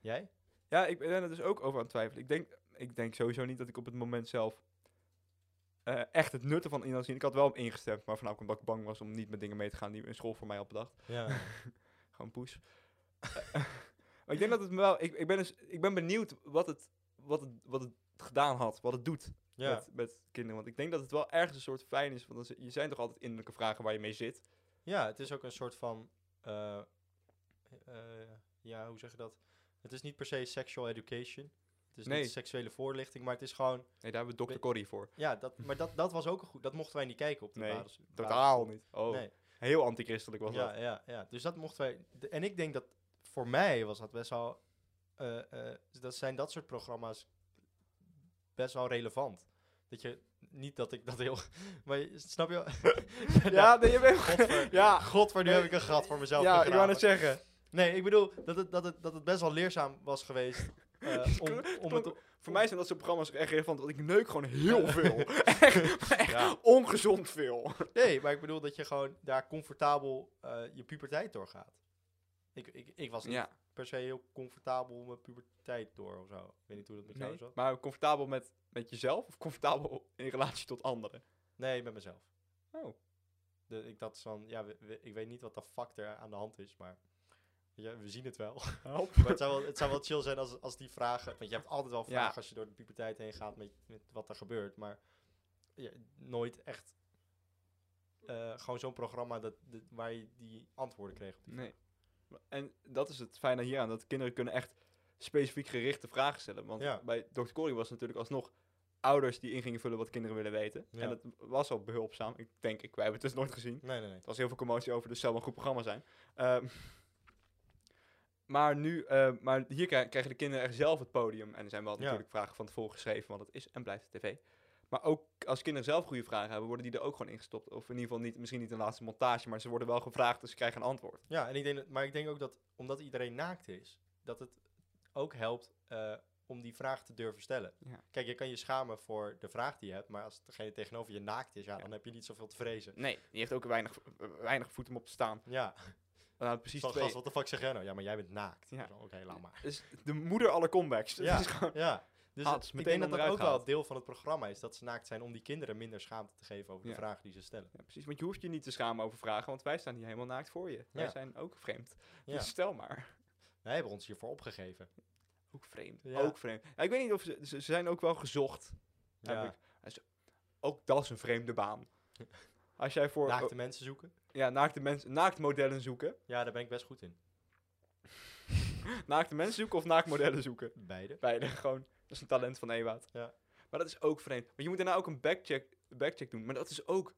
S2: Jij?
S1: Ja, ik ben er dus ook over aan het twijfelen. Ik denk, ik denk sowieso niet dat ik op het moment zelf eh, echt het nutten van in had zien. Ik had wel op ingestemd, maar vanaf omdat ik bang was om niet met dingen mee te gaan die een school voor mij had bedacht.
S2: Ja.
S1: Gewoon poes. *laughs* Eh, maar ik denk dat het me wel... Ik, ik, ben, dus, ik ben benieuwd wat het, wat, het, wat het gedaan had, wat het doet
S2: *laughs* ja.
S1: met, met kinderen. Want ik denk dat het wel ergens een soort fijn is, want dan, zi- je zijn toch altijd innerlijke vragen waar je mee zit.
S2: ja, het is ook een soort van... eh, eh, ja, hoe zeg je dat? Het is niet per se sexual education. Het is
S1: Nee.
S2: niet seksuele voorlichting, maar het is gewoon...
S1: Nee, daar hebben we Dr.
S2: Ben-
S1: Corrie voor.
S2: Ja, dat, maar dat, dat was ook een goed. Dat mochten wij niet kijken op de
S1: Nee,
S2: basis.
S1: Totaal niet. Oh,
S2: Nee.
S1: heel antichristelijk was
S2: *laughs* Ja,
S1: dat.
S2: ja, ja. Dus dat mochten wij. de- en ik denk dat voor mij was dat best wel. eh, eh, dat zijn dat soort programma's best wel relevant. Dat je niet dat ik dat heel. *laughs* Maar je- snap je? wel? *laughs*
S1: Ja, nee, je
S2: Godver,
S1: bent... *laughs* Ja,
S2: Godver, nu
S1: Nee.
S2: heb ik een gat voor mezelf.
S1: ja ik
S2: gegraven.
S1: wou net zeggen.
S2: Nee, ik bedoel dat het, dat, het, dat het best wel leerzaam was geweest. eh,
S1: *laughs*
S2: om, om het,
S1: klonk Voor mij zijn dat soort programma's echt relevant, want ik neuk gewoon heel veel. *laughs* echt, echt
S2: Ja.
S1: ongezond veel.
S2: Nee, maar ik bedoel dat je gewoon daar comfortabel eh, je puberteit doorgaat. Ik, ik, ik was niet
S1: Ja,
S2: per se heel comfortabel mijn puberteit door of zo. Ik weet niet hoe dat met jou zat.
S1: maar comfortabel met, met jezelf of comfortabel in relatie tot anderen?
S2: Nee, met mezelf.
S1: Oh.
S2: De, ik dacht van, ja, we- we- ik weet niet wat de fuck er aan de hand is, maar weet je, we zien het wel. *laughs* maar het zou wel, het zou wel chill zijn als, als die vragen, want je hebt altijd wel
S1: Oh. Ja.
S2: vragen als je door de puberteit heen gaat met, met wat er gebeurt, maar je- nooit echt eh, gewoon zo'n programma dat, dat- waar je die antwoorden kreeg. op die
S1: Nee. En dat is het fijne hieraan, dat kinderen kunnen echt specifiek gerichte vragen stellen. Want
S2: Ja.
S1: bij Dr. Corrie was het natuurlijk alsnog ouders die in gingen vullen wat kinderen willen weten.
S2: Ja.
S1: En dat was al behulpzaam, ik denk ik. Wij hebben het dus nooit gezien.
S2: Nee, nee, nee.
S1: Er was heel veel commotie over, dus het zou wel een goed programma zijn. Ehm, maar, nu, eh, maar hier krij- krijgen de kinderen echt zelf het podium. En er zijn wel
S2: Ja.
S1: natuurlijk vragen van tevoren geschreven, want dat is en blijft de tv. Maar ook als kinderen zelf goede vragen hebben, worden die er ook gewoon ingestopt. Of in ieder geval niet, misschien niet in de laatste montage, maar ze worden wel gevraagd, dus ze krijgen een antwoord.
S2: Ja, en ik denk dat, maar ik denk ook dat omdat iedereen naakt is, dat het ook helpt eh, om die vraag te durven stellen.
S1: Ja.
S2: Kijk, je kan je schamen voor de vraag die je hebt, maar als degene tegenover je naakt is, ja, dan heb je niet zoveel te vrezen.
S1: Nee, die heeft ook weinig, weinig voet om op te staan.
S2: Ja,
S1: Nou, precies
S2: van
S1: twee.
S2: gast, wat de fuck zeg jij nou? Ja, maar jij bent naakt.
S1: Ja.
S2: Zo, Oké, laat maar.
S1: Dus de moeder alle comebacks. Dat
S2: Ja.
S1: is gewoon-
S2: Ja, dus
S1: Hats,
S2: het- ik
S1: meteen
S2: denk dat dat
S1: onderuit
S2: ook wel
S1: gehaald.
S2: deel van het programma is, dat ze naakt zijn om die kinderen minder schaamte te geven over
S1: Ja.
S2: de vragen die ze stellen.
S1: Ja, precies, want je hoeft je niet te schamen over vragen, want wij staan hier helemaal naakt voor je. Wij
S2: Ja.
S1: zijn ook vreemd.
S2: Ja.
S1: Dus stel maar.
S2: Wij hebben ons hiervoor opgegeven.
S1: Ook vreemd.
S2: Ja.
S1: Ook vreemd. Ja, ik weet niet of ze, ze, ze zijn ook wel gezocht.
S2: Ja.
S1: Heb ik. En ze- ook dat is een vreemde
S2: *laughs*
S1: baan. Als jij voor
S2: Naakte
S1: oh,
S2: mensen zoeken.
S1: ja, naakte mensen, naaktmodellen zoeken.
S2: Ja, daar ben ik best goed in.
S1: Naakte mensen zoeken of naaktmodellen zoeken.
S2: Beide.
S1: Beide gewoon. Dat is een talent van Ewout.
S2: Ja.
S1: Maar dat is ook vreemd. Want je moet daarna ook een backcheck, backcheck doen. Maar dat is ook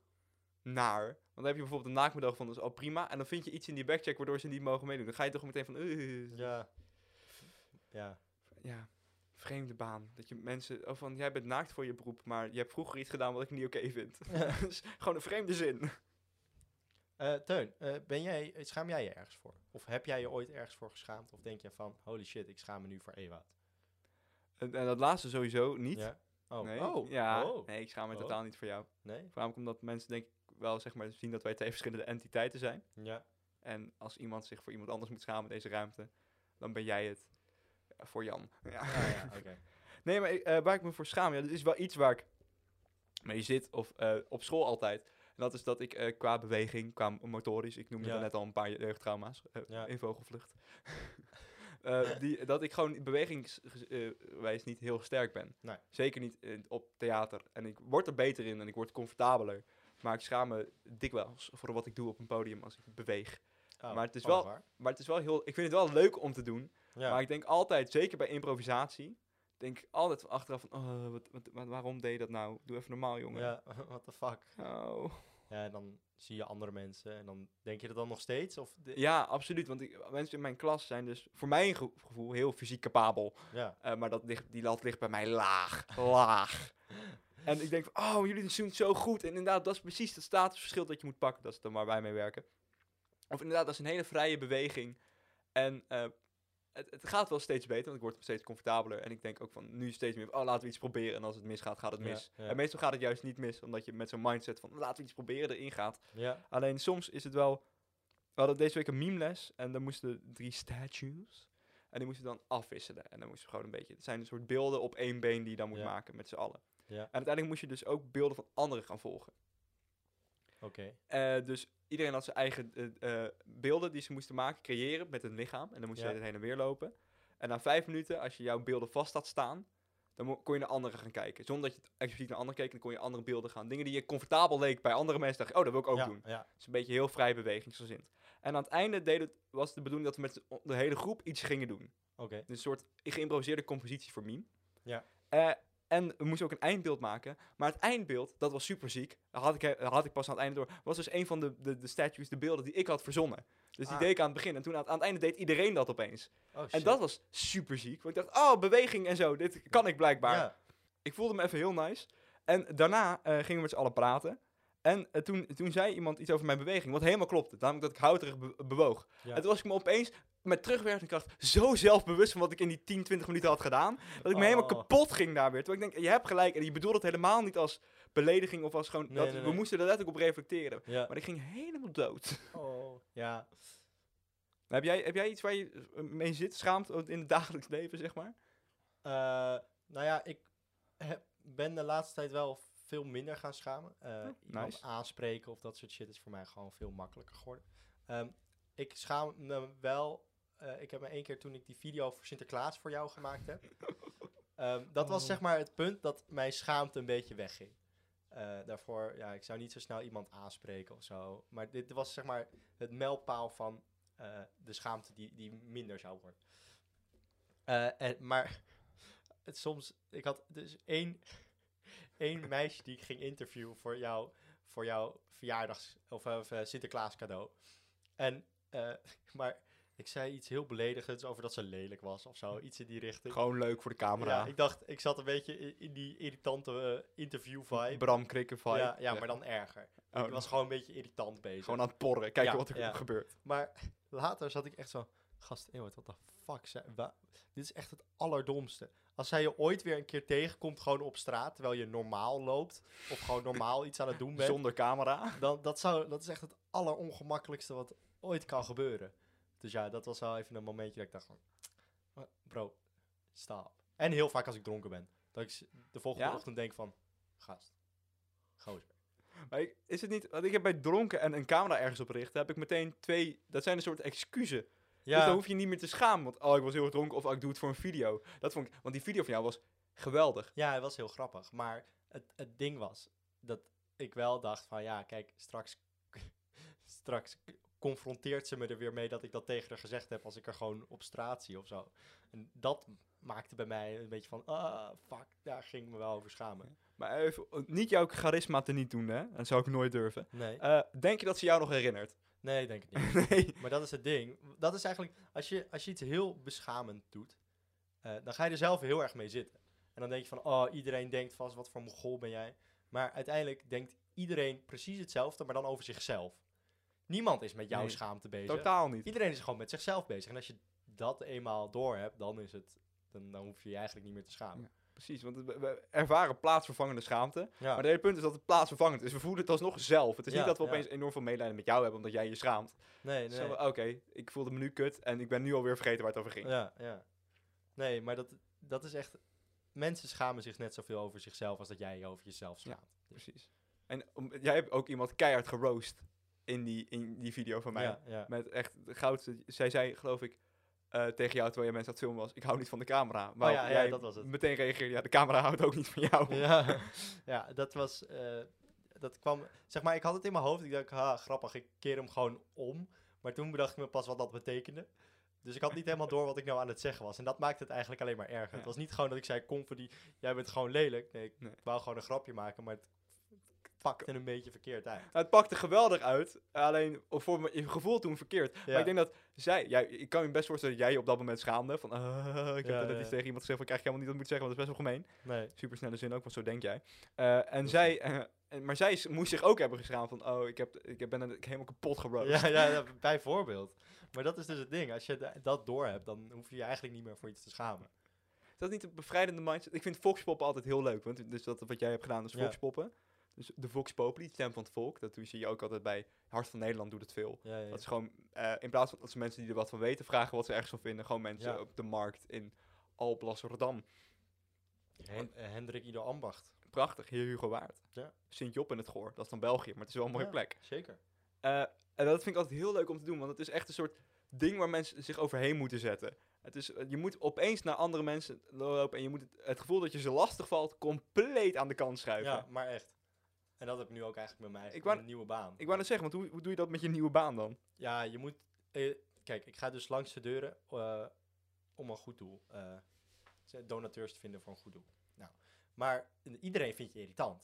S1: naar. Want dan heb je bijvoorbeeld een naaktmodel gevonden. Dat is al prima. En dan vind je iets in die backcheck waardoor ze niet mogen meedoen. Dan ga je toch meteen van... "Eh."
S2: Ja. Ja.
S1: ja, vreemde baan. Dat je mensen, oh van, jij bent naakt voor *laughs*
S2: *laughs*
S1: Dus je beroep, maar je hebt vroeger iets gedaan wat ik niet oké vind. dat is gewoon een vreemde zin.
S2: Eh, Teun, eh, ben jij, eh, schaam jij je ergens voor? Of heb jij je ooit ergens voor geschaamd? Of denk je van, holy shit, ik schaam me nu voor Ewout?
S1: En, en dat laatste sowieso niet.
S2: Ja? Oh,
S1: Nee.
S2: oh.
S1: ja.
S2: oh.
S1: Nee, ik schaam me
S2: Oh.
S1: totaal niet voor jou.
S2: Nee?
S1: Voornamelijk omdat mensen denk ik wel zeg maar zien dat wij twee verschillende entiteiten zijn. *laughs*
S2: Ja.
S1: En als iemand zich voor iemand anders moet schamen in deze ruimte, dan ben jij het. Ja, voor Jan. Ja.
S2: Ah, ja, oké.
S1: Nee, maar ik- eh, waar ik me voor schaam, ja, dat is wel iets waar ik mee zit of eh, op school altijd. En dat is dat ik eh, qua beweging, qua m- motorisch, ik noemde
S2: Ja.
S1: dat net al een paar jeugdtrauma's eh, *laughs*
S2: Ja.
S1: in vogelvlucht. Eh, die, dat ik gewoon bewegingswijs niet heel sterk ben.
S2: Nee.
S1: Zeker niet eh, op theater. En ik word er beter in en ik word comfortabeler. Maar ik schaam me dikwijls voor wat ik doe op een podium als ik beweeg. *laughs*
S2: Oh,
S1: Maar het is
S2: oh, dat
S1: wel-
S2: waar.
S1: Maar het is wel heel, ik vind het wel leuk om te doen.
S2: Ja.
S1: Maar ik denk altijd, zeker bij improvisatie, denk ik altijd van achteraf van, oh, wat, wat- wa- waarom deed je dat nou? Doe even normaal, jongen.
S2: Ja, *laughs* what the fuck.
S1: Oh.
S2: Ja, en dan zie je andere mensen en dan denk je dat dan nog steeds? Of de-
S1: ja absoluut. Want ik, mensen in mijn klas zijn dus voor mijn ge- gevoel heel fysiek capabel.
S2: ja.
S1: Eh, maar dat ligt, die lat ligt bij mij laag. laag. En ik denk van, oh, jullie doen het zo goed. En inderdaad, dat is precies het statusverschil dat je moet pakken. Dat is dan waar wij mee werken. Of inderdaad, dat is een hele vrije beweging. En eh, het, het gaat wel steeds beter, want ik word steeds comfortabeler. En ik denk ook van, nu steeds meer, van, oh, laten we iets proberen. En als het misgaat, gaat het
S2: Ja,
S1: mis.
S2: ja.
S1: En meestal gaat het juist niet mis, omdat je met zo'n mindset van, laten we iets proberen, erin gaat.
S2: Ja.
S1: Alleen soms is het wel. We hadden deze week een meme-les en dan moesten drie statues. En die moesten we dan afwisselen. En dan moesten we gewoon een beetje. Het zijn een soort beelden op één been die je dan moet
S2: Ja.
S1: maken met z'n allen.
S2: Ja.
S1: En uiteindelijk moest je dus ook beelden van anderen gaan volgen.
S2: Oké.
S1: Eh, dus iedereen had zijn eigen eh, eh, beelden die ze moesten maken, creëren met een lichaam. En dan moest
S2: Ja.
S1: je heen en weer lopen. En na vijf minuten, als je jouw beelden vast had staan, dan mo- kon je naar anderen gaan kijken. Zonder dat je expliciet naar anderen keek, dan kon je andere beelden gaan. Dingen die je comfortabel leek bij andere mensen, dacht je, oh, dat wil ik ook
S2: ja,
S1: doen.
S2: Ja.
S1: Het is een beetje heel vrij bewegingsgezind. En aan het einde deed het, was het de bedoeling dat we met z'n- de hele groep iets gingen doen.
S2: Oké.
S1: Dus een soort geïmproviseerde compositie voor meme.
S2: Ja.
S1: Eh, en we moesten ook een eindbeeld maken. Maar het eindbeeld, dat was super ziek. Dat had ik, he- had ik pas aan het einde door. Was dus een van de, de, de statues, de beelden die ik had verzonnen. Dus die
S2: Ah.
S1: deed ik aan het begin. En toen aan, het- aan het einde deed iedereen dat opeens.
S2: Oh,
S1: En
S2: shit.
S1: dat was super ziek. Want ik dacht, oh, beweging en zo. Dit kan ik blijkbaar.
S2: Ja.
S1: Ik voelde me even heel nice. En daarna eh, gingen we met z'n allen praten. En eh, toen, toen zei iemand iets over mijn beweging, wat helemaal klopte. Namelijk dat ik houterig be- bewoog.
S2: Ja.
S1: En toen was ik me opeens met terugwerkende kracht zo zelfbewust van wat ik in die 10, 20 minuten had gedaan. Dat ik me helemaal
S2: Oh.
S1: kapot ging daar weer. Terwijl ik denk, je hebt gelijk. En je bedoelt het helemaal niet als belediging of als gewoon...
S2: Nee,
S1: dat,
S2: nee,
S1: we
S2: nee.
S1: moesten er letterlijk op reflecteren.
S2: Ja.
S1: Maar ik ging helemaal dood. *laughs*
S2: Oh. Ja.
S1: heb, jij, heb jij iets waar je eh, mee zit, schaamt in het dagelijks leven, zeg maar?
S2: Eh, nou ja, ik heb- ben de laatste tijd wel veel minder gaan schamen. Eh iemand
S1: Oh, nice.
S2: aanspreken of dat soort shit is voor mij gewoon veel makkelijker geworden. Ehm, ik schaam me wel. eh, ik heb me één keer toen ik die video voor Sinterklaas voor jou gemaakt
S1: *laughs*
S2: heb. ehm, dat was
S1: Oh.
S2: zeg maar het punt dat mijn schaamte een beetje wegging. Eh, daarvoor, ja, ik zou niet zo snel iemand aanspreken of zo. Maar dit was zeg maar het mijlpaal van eh, de schaamte die, die minder zou worden. Eh, en, maar *laughs* het soms, ik had dus één, één meisje die ik ging interviewen voor jou, voor jouw verjaardags- of, eh, of, eh, Sinterklaas cadeau. En, eh, *laughs* maar ik zei iets heel beledigends over dat ze lelijk was of zo, iets in die richting.
S1: Gewoon leuk voor de Hm. camera.
S2: Ja, ik dacht, ik zat een beetje in, in die irritante eh, interview vibe.
S1: Bram Krikken vibe.
S2: Ja, ja,
S1: Zeg
S2: maar dan erger.
S1: Oh,
S2: ik was gewoon een beetje irritant bezig.
S1: Gewoon aan het porren, kijken
S2: Ja,
S1: wat er
S2: ja.
S1: gebeurt.
S2: Maar later zat ik echt zo... Gast, Eeuwert, wat de fuck? Zei, wa- dit is echt het allerdomste. Als zij je ooit weer een keer tegenkomt gewoon op straat... terwijl je normaal loopt of gewoon normaal iets aan het doen bent...
S1: Zonder camera.
S2: dan, dat, zou, dat is echt het allerongemakkelijkste wat ooit kan gebeuren. Dus ja, dat was wel even een momentje dat ik dacht van... "Maar Bro, stop. En heel vaak als ik dronken ben. Dat ik s- de volgende
S1: Ja?
S2: ochtend denk van... Gast, gozer.
S1: Maar ik- is het niet, want ik heb bij dronken en een camera ergens op richten, heb ik meteen twee, dat zijn een soort excuses. Dus dan hoef je niet meer te schamen, want oh, ik was heel erg dronken of oh, ik doe het voor een video. Dat vond ik, want die video van jou was geweldig.
S2: Ja, het was heel grappig. Maar het, het ding was dat ik wel dacht van ja, kijk, straks, *laughs* straks confronteert ze me er weer mee dat ik dat tegen haar gezegd heb als ik er gewoon op straat zie of zo. En dat maakte bij mij een beetje van, ah, fuck, daar ging ik me wel over schamen.
S1: Maar even, eh, niet jouw charisma te niet doen, hè? Dat zou ik nooit durven.
S2: Nee,
S1: Eh, denk je dat ze jou nog herinnert?
S2: nee, ik denk het
S1: *laughs*
S2: niet.
S1: nee.
S2: Maar dat is het ding. Dat is eigenlijk, als je, als je iets heel beschamend doet, eh, dan ga je er zelf heel erg mee zitten. En dan denk je van, oh, iedereen denkt vast, wat voor mogol ben jij. Maar uiteindelijk denkt iedereen precies hetzelfde, maar dan over zichzelf. Niemand is met jouw
S1: Nee,
S2: schaamte bezig.
S1: Totaal niet.
S2: Iedereen is gewoon met zichzelf bezig. En als je dat eenmaal door hebt, dan is het. Dan, dan hoef je je eigenlijk niet meer te schamen.
S1: Precies, want we- we ervaren plaatsvervangende schaamte.
S2: Ja.
S1: Maar het hele punt is dat het plaatsvervangend is. We voelen het alsnog zelf. Het is
S2: Ja,
S1: niet dat we
S2: ja.
S1: opeens enorm veel medelijden met jou hebben omdat jij je schaamt.
S2: Nee,
S1: Zo, Oké, ik voelde me nu kut en ik ben nu alweer vergeten waar het over ging.
S2: Ja, ja. Nee, maar dat, dat is echt. Mensen schamen zich net zoveel over zichzelf als dat jij je over jezelf
S1: Ja.
S2: schaamt.
S1: Precies. En om- jij hebt ook iemand keihard geroost in die, in die video van mij.
S2: ja, ja.
S1: Met echt goud. Zij zei, geloof ik, eh, tegen jou terwijl jij mensen aan het filmen was: Ik hou niet van de camera. Maar
S2: Oh ja, ja,
S1: jij
S2: dat was het.
S1: meteen reageerde: Ja, de camera *laughs* houdt ook niet van jou.
S2: *laughs* Ja, ja dat was. eh, dat kwam. Zeg maar, ik had het in mijn hoofd. Ik dacht, ha, grappig, ik keer hem gewoon om. Maar toen bedacht ik me pas wat dat betekende. Dus ik had niet helemaal door wat ik nou aan het zeggen was. En dat maakte het eigenlijk alleen maar erger. Het
S1: Ja.
S2: was niet gewoon dat ik zei, kom voor die, jij bent gewoon lelijk. Nee, ik
S1: Nee.
S2: wou gewoon een grapje maken, maar het pakte een beetje verkeerd uit.
S1: Nou, het pakte geweldig uit, alleen voor mijn gevoel toen verkeerd. Maar
S2: Ja.
S1: ik denk dat zij, jij, ik kan me best voorstellen dat jij je op dat moment schaamde. Van, "Ah, ik heb
S2: Ja,
S1: net
S2: ja.
S1: iets tegen iemand gezegd, wat ik eigenlijk helemaal niet dat moet zeggen, want dat is best wel gemeen.
S2: Nee.
S1: supersnelle zin ook, want zo denk jij. Eh, en zij, eh, en- maar zij is- moest zich ook hebben geschaamd van, oh, ik, heb, ik ben net- ik helemaal kapot geroost.
S2: Ja, ja, ja, bijvoorbeeld. Maar dat is dus het ding. Als je da- dat door hebt, dan hoef je je eigenlijk niet meer voor iets te schamen.
S1: Is dat niet een bevrijdende mindset? Ik vind volkspoppen altijd heel leuk, want dus dat wat jij hebt gedaan is
S2: Ja.
S1: volkspoppen. Dus de Vox Populi, stem van het volk, dat doe- zie je ook altijd bij Hart van Nederland doet het veel.
S2: Ja, ja,
S1: Dat is gewoon, eh, in plaats van dat ze mensen die er wat van weten vragen wat ze ergens van vinden, gewoon mensen
S2: Ja.
S1: op de markt in Alblas, Rotterdam.
S2: Hen- eh, Hendrik Ido Ambacht.
S1: Prachtig, hier Hugo Waard.
S2: Ja.
S1: Sint-Job in het Goor, dat is dan België, maar het is wel een mooie
S2: Ja.
S1: plek.
S2: Zeker.
S1: Eh, en dat vind ik altijd heel leuk om te doen, want het is echt een soort ding waar mensen zich overheen moeten zetten. Het is, eh, je moet opeens naar andere mensen lopen en je moet het, het gevoel dat je ze lastig valt compleet aan de kant schuiven.
S2: Ja, maar echt. En dat heb ik nu ook eigenlijk met mij.
S1: Ik
S2: Ik
S1: wou-
S2: een nieuwe baan.
S1: Ik wou net zeggen, want hoe, hoe doe je dat met je nieuwe baan dan?
S2: Ja, je moet. eh, kijk, ik ga dus langs de deuren eh, om een goed doel. eh, ze- donateurs te vinden voor een goed doel. Nou, maar iedereen vindt je
S1: *laughs*
S2: irritant.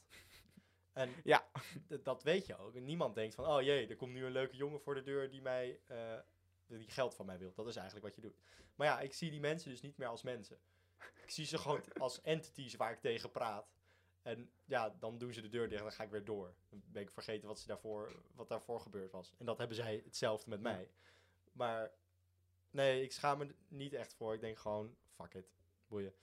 S2: En
S1: Ja.
S2: d- dat weet je ook. En niemand denkt van, oh jee, er komt nu een leuke jongen voor de deur die mij eh, die geld van mij wil. Dat is eigenlijk wat je doet. Maar ja, ik zie die mensen dus niet meer als mensen. Ik zie ze gewoon t- als entities waar ik tegen praat. En ja, dan doen ze de deur dicht en dan ga ik weer door. Dan ben ik vergeten wat, ze daarvoor, wat daarvoor gebeurd was. En dat hebben zij hetzelfde met
S1: Ja.
S2: mij. Maar nee, ik schaam me er niet echt voor. Ik denk gewoon, fuck it, boeien.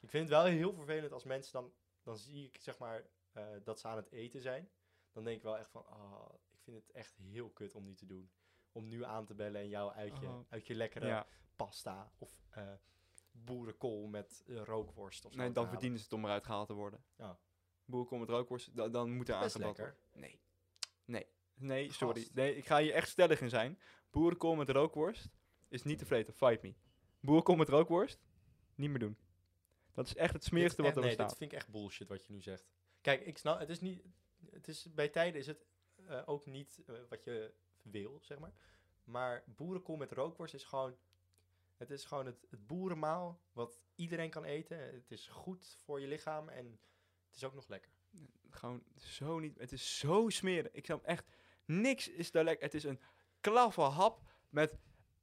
S2: Ik vind het wel heel vervelend als mensen dan... Dan zie ik zeg maar eh, dat ze aan het eten zijn. Dan denk ik wel echt van, ah, ik vind het echt heel kut om nu te doen. Om nu aan te bellen en jou uit je,
S1: Oh.
S2: uit je lekkere pasta of eh, boerenkool met eh, rookworst of zo.
S1: nee,
S2: te
S1: dan
S2: halen.
S1: verdienen ze het om eruit gehaald te worden.
S2: Ja.
S1: Boerenkom met rookworst, da- dan moet er
S2: best
S1: aangebad
S2: lekker.
S1: worden. Nee. Nee, nee, sorry.
S2: Gast.
S1: Nee, ik ga hier echt stellig in zijn. Boerenkool met rookworst is niet te vreten, fight me. Boerenkool met rookworst, niet meer doen. Dat is echt het
S2: Dit is
S1: smerigste wat
S2: echt-
S1: er
S2: nee,
S1: bestaat.
S2: dit vind ik echt bullshit wat je nu zegt. Kijk, ik snap, het is niet, het is, bij tijden is het eh, ook niet eh, wat je wil, zeg maar. Maar boerenkool met rookworst is gewoon, het is gewoon het, het boerenmaal wat iedereen kan eten. Het is goed voor je lichaam en het is ook nog lekker.
S1: Gewoon zo niet. Het is zo smerig. Ik snap echt. Niks is daar lekker. Het is een klaffe hap met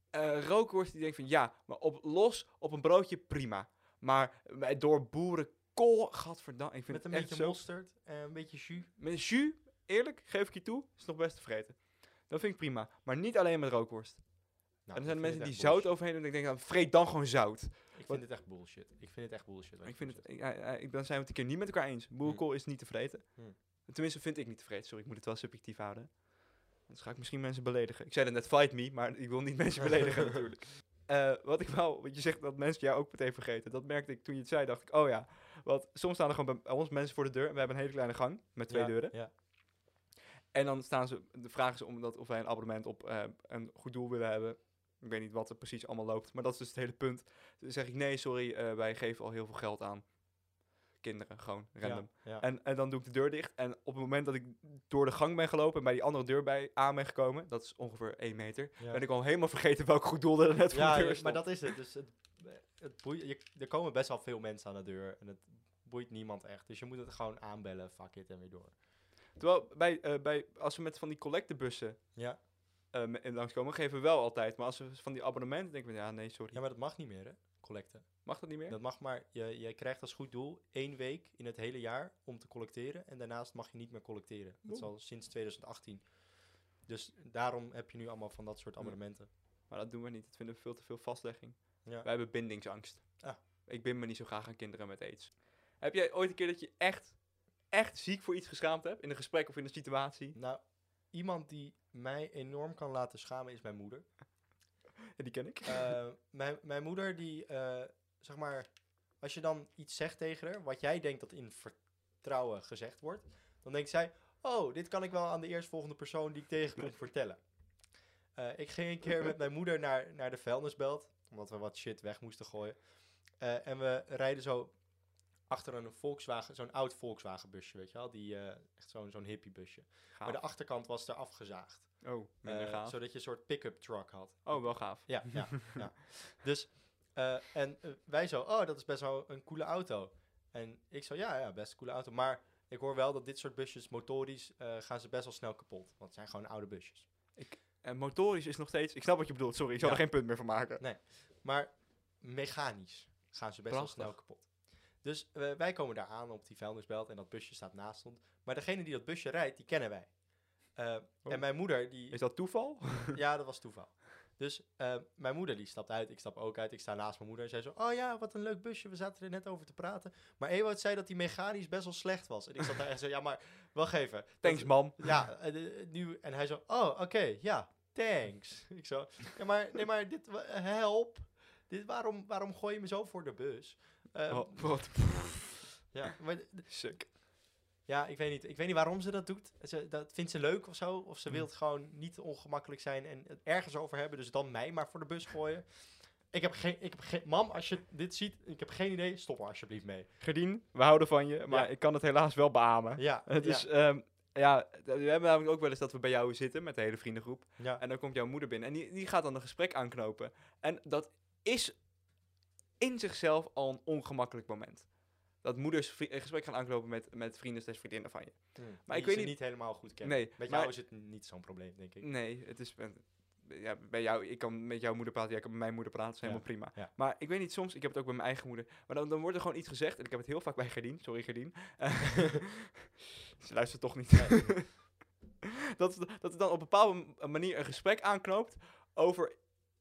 S1: eh rookworst die denkt van ja, maar op, los op een broodje prima. Maar bij- door boerenkool, gadverdamme. Ik vind
S2: Met een
S1: het echt
S2: beetje
S1: zo.
S2: mosterd en een beetje jus. Nou,
S1: Met een jus, eerlijk, geef ik je toe, is nog best tevreden. Dat vind ik prima. Maar niet alleen met rookworst.
S2: Nou,
S1: en
S2: ik
S1: er zijn
S2: vind
S1: mensen
S2: het
S1: die
S2: echt
S1: zout
S2: bullshit.
S1: overheen doen. En ik denk dan, vreet dan gewoon zout.
S2: Ik
S1: Wat-
S2: vind dit echt bullshit. Ik vind dit echt bullshit. wat
S1: Maar
S2: je
S1: ik vind
S2: nu
S1: het, ik, eh, eh, ik- dan zijn we het een keer niet met elkaar eens. Boerenkool is niet tevreden.
S2: Hmm.
S1: Tenminste, vind ik niet tevreden. Sorry, ik moet het wel subjectief houden. Anders ga ik misschien mensen beledigen. Ik zei net, fight me, maar ik wil niet mensen
S2: *laughs*
S1: beledigen natuurlijk. Eh, wat ik wel, want je zegt dat mensen jou ook meteen vergeten. Dat merkte ik toen je het zei, dacht ik, oh ja. Want soms staan er gewoon bij ons mensen voor de deur en we hebben een hele kleine gang met twee
S2: Ja,
S1: deuren.
S2: Ja.
S1: En dan staan ze, de vragen ze om dat, of wij een abonnement op eh, een goed doel willen hebben. Ik weet niet wat er precies allemaal loopt, maar dat is dus het hele punt. Dan zeg ik, nee, sorry, eh, wij geven al heel veel geld aan kinderen, gewoon random.
S2: Ja, ja.
S1: En, en dan doe ik de deur dicht. En op het moment dat ik door de gang ben gelopen en bij die andere deur bij aan ben gekomen, dat is ongeveer 1 meter,
S2: Ja.
S1: ben ik al helemaal vergeten welk goed doel er net voor
S2: Ja,
S1: de
S2: ja,
S1: deur stond.
S2: maar dat is het. Dus het, het boeit, je, er komen best wel veel mensen aan de deur en het boeit niemand echt. Dus je moet het gewoon aanbellen, fuck it en weer door.
S1: Terwijl bij, eh, bij, als we met van die collectebussen
S2: Ja,
S1: eh, me- langskomen, geven we wel altijd. Maar als we van die abonnementen denken, we, ja, nee, sorry.
S2: ja maar dat mag niet meer, hè? Collecten.
S1: Mag dat niet meer?
S2: Dat mag maar, je, je krijgt als goed doel één week in het hele jaar om te collecteren. En daarnaast mag je niet meer collecteren. Dat is
S1: Oeh.
S2: al sinds 2018. Dus daarom heb je nu allemaal van dat soort
S1: Ja.
S2: abonnementen.
S1: Maar dat doen we niet. Dat vinden we veel te veel vastlegging.
S2: Ja.
S1: Wij hebben bindingsangst.
S2: Ah.
S1: Ik bind me niet zo graag aan kinderen met aids. Heb jij ooit een keer dat je echt, echt ziek voor iets geschaamd hebt? In een gesprek of in een situatie?
S2: Nou, iemand die mij enorm kan laten schamen is mijn moeder.
S1: Ja, die ken ik.
S2: Eh, mijn, mijn moeder die, eh, zeg maar, als je dan iets zegt tegen haar, wat jij denkt dat in vertrouwen gezegd wordt, dan denkt zij, oh, dit kan ik wel aan de eerstvolgende persoon die ik tegenkom vertellen. Eh, ik ging een keer met mijn moeder naar, naar de vuilnisbelt, omdat we wat shit weg moesten gooien. Eh, en we rijden zo achter een Volkswagen, zo'n oud Volkswagen busje, weet je wel, die, eh, echt zo'n zo'n hippie busje. Maar de
S1: Gaaf.
S2: achterkant was er afgezaagd,
S1: Oh, minder
S2: eh,
S1: gaaf.
S2: zodat je een soort pick-up truck had.
S1: Oh, wel gaaf.
S2: Ja, ja, ja. Dus, eh, en eh, wij zo, oh, dat is best wel een coole auto. En ik zo, ja, ja, best een coole auto. Maar ik hoor wel dat dit soort busjes, motorisch, eh, gaan ze best wel snel kapot. Want het zijn gewoon oude busjes.
S1: En motorisch is nog steeds... Ik snap wat je bedoelt, sorry. Ik zal
S2: Ja.
S1: er geen punt meer van maken.
S2: Maar mechanisch gaan ze best
S1: Prachtig.
S2: wel snel kapot. Dus eh, wij komen daar aan op die vuilnisbelt en dat busje staat naast ons. Maar degene die dat busje rijdt, die kennen wij. Eh,
S1: Oh.
S2: En mijn moeder, die...
S1: Is dat toeval?
S2: Ja, dat was toeval. Dus eh, mijn moeder die stapt uit, ik stap ook uit, ik sta naast mijn moeder en zij zo, oh ja, wat een leuk busje, we zaten er net over te praten. Maar Ewout zei dat die mechanisch best wel slecht was. En ik zat daar en zei, ja maar, wacht even. Dat-
S1: *laughs* Thanks, man.
S2: *laughs* Ja, eh, eh, nu, en hij zo, oh oké, ja, thanks. *laughs* Ik zo, ja maar, nee maar, dit, wa- help. Dit, waarom, waarom gooi je me zo voor de bus? Ehm,
S1: Oh, wat
S2: ja, maar
S1: suk.
S2: ja, ik weet niet. Ik weet niet waarom ze dat doet. Ze, dat vindt ze leuk of zo. Of ze
S1: Hmm.
S2: wil gewoon niet ongemakkelijk zijn en het ergens over hebben. Dus dan mij maar voor de bus gooien. Ik heb geen... Ik heb geen mam, als je dit ziet, ik heb geen idee. Stop er alsjeblieft mee.
S1: Gerdien, we houden van je, maar
S2: Ja.
S1: ik kan het helaas wel beamen.
S2: Ja,
S1: *laughs* Het is, ehm, ja, d- we hebben namelijk ook wel eens dat we bij jou zitten met de hele vriendengroep.
S2: ja, ja,
S1: En dan komt jouw moeder binnen en die, die gaat dan een gesprek aanknopen. En dat is in zichzelf al een ongemakkelijk moment. Dat moeders vri- een gesprek gaan aanknopen met, met vrienden slash vriendinnen van je.
S2: maar ik weet Mm. niet... niet helemaal goed kennen.
S1: Nee,
S2: Met
S1: maar-
S2: jou is het niet zo'n probleem, denk ik.
S1: Nee, het is... eh, Ja, bij jou, ik kan met jouw moeder praten, jij kan met mijn moeder praten, dat is
S2: Ja,
S1: helemaal prima.
S2: ja.
S1: Maar ik weet niet, soms, ik heb het ook bij mijn eigen moeder, maar dan, dan wordt er gewoon iets gezegd, en ik heb het heel vaak bij Gerdien, sorry Gerdien. *laughs* Eh, ze luistert toch niet. *laughs* dat, dat er dan op een bepaalde m- manier een gesprek aanknoopt over,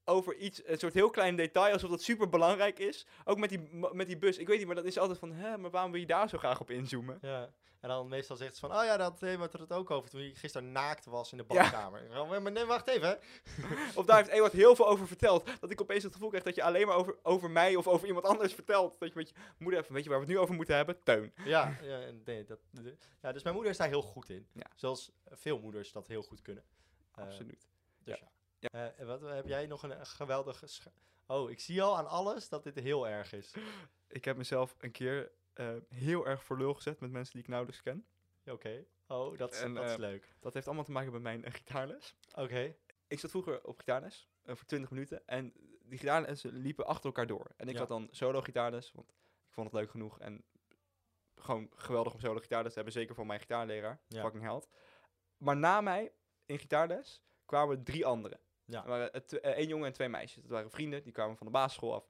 S1: over iets, een soort heel klein detail, alsof dat super belangrijk is. Ook met die, m- met die bus, ik weet niet, maar dat is altijd van, hè, maar waarom wil je daar zo graag op inzoomen?
S2: Ja. En dan meestal zegt ze van, oh ja, dat had Ewout er het ook over toen hij gisteren naakt was in de badkamer. Ik zo, Maar nee, wacht even.
S1: Of daar heeft Ewart heel veel over verteld. Dat ik opeens het gevoel krijg dat je alleen maar over, over mij of over iemand anders vertelt. Dat je met je moeder even, weet je waar we het nu over moeten hebben? Teun.
S2: Ja, ja, en nee, dat, de- ja, dus mijn moeder is daar heel goed in.
S1: Ja.
S2: Zoals veel moeders dat heel goed kunnen. Eh,
S1: Absoluut.
S2: Dus ja. Eh, en wat, heb jij nog een, een geweldige... sch- Oh, ik zie al aan alles dat dit heel erg is. Ja,
S1: Ik heb mezelf een keer eh, heel erg voor lul gezet met mensen die ik nauwelijks ken.
S2: Oké. Oh, dat is,
S1: En,
S2: dat is
S1: eh,
S2: leuk.
S1: Dat heeft allemaal te maken met mijn eh, gitaarles.
S2: Oké.
S1: ik zat vroeger op gitaarles eh, voor 20 minuten en die gitaarlessen liepen achter elkaar door. En ik
S2: Ja.
S1: had dan solo gitaarles, want ik vond het leuk genoeg en gewoon geweldig om solo gitaarles te hebben, zeker van mijn gitaarleraar,
S2: Ja.
S1: fucking held. Maar na mij in gitaarles kwamen drie anderen.
S2: Ja.
S1: Er waren eh, tw- eh, één jongen en twee meisjes. Dat waren vrienden, die kwamen van de basisschool af.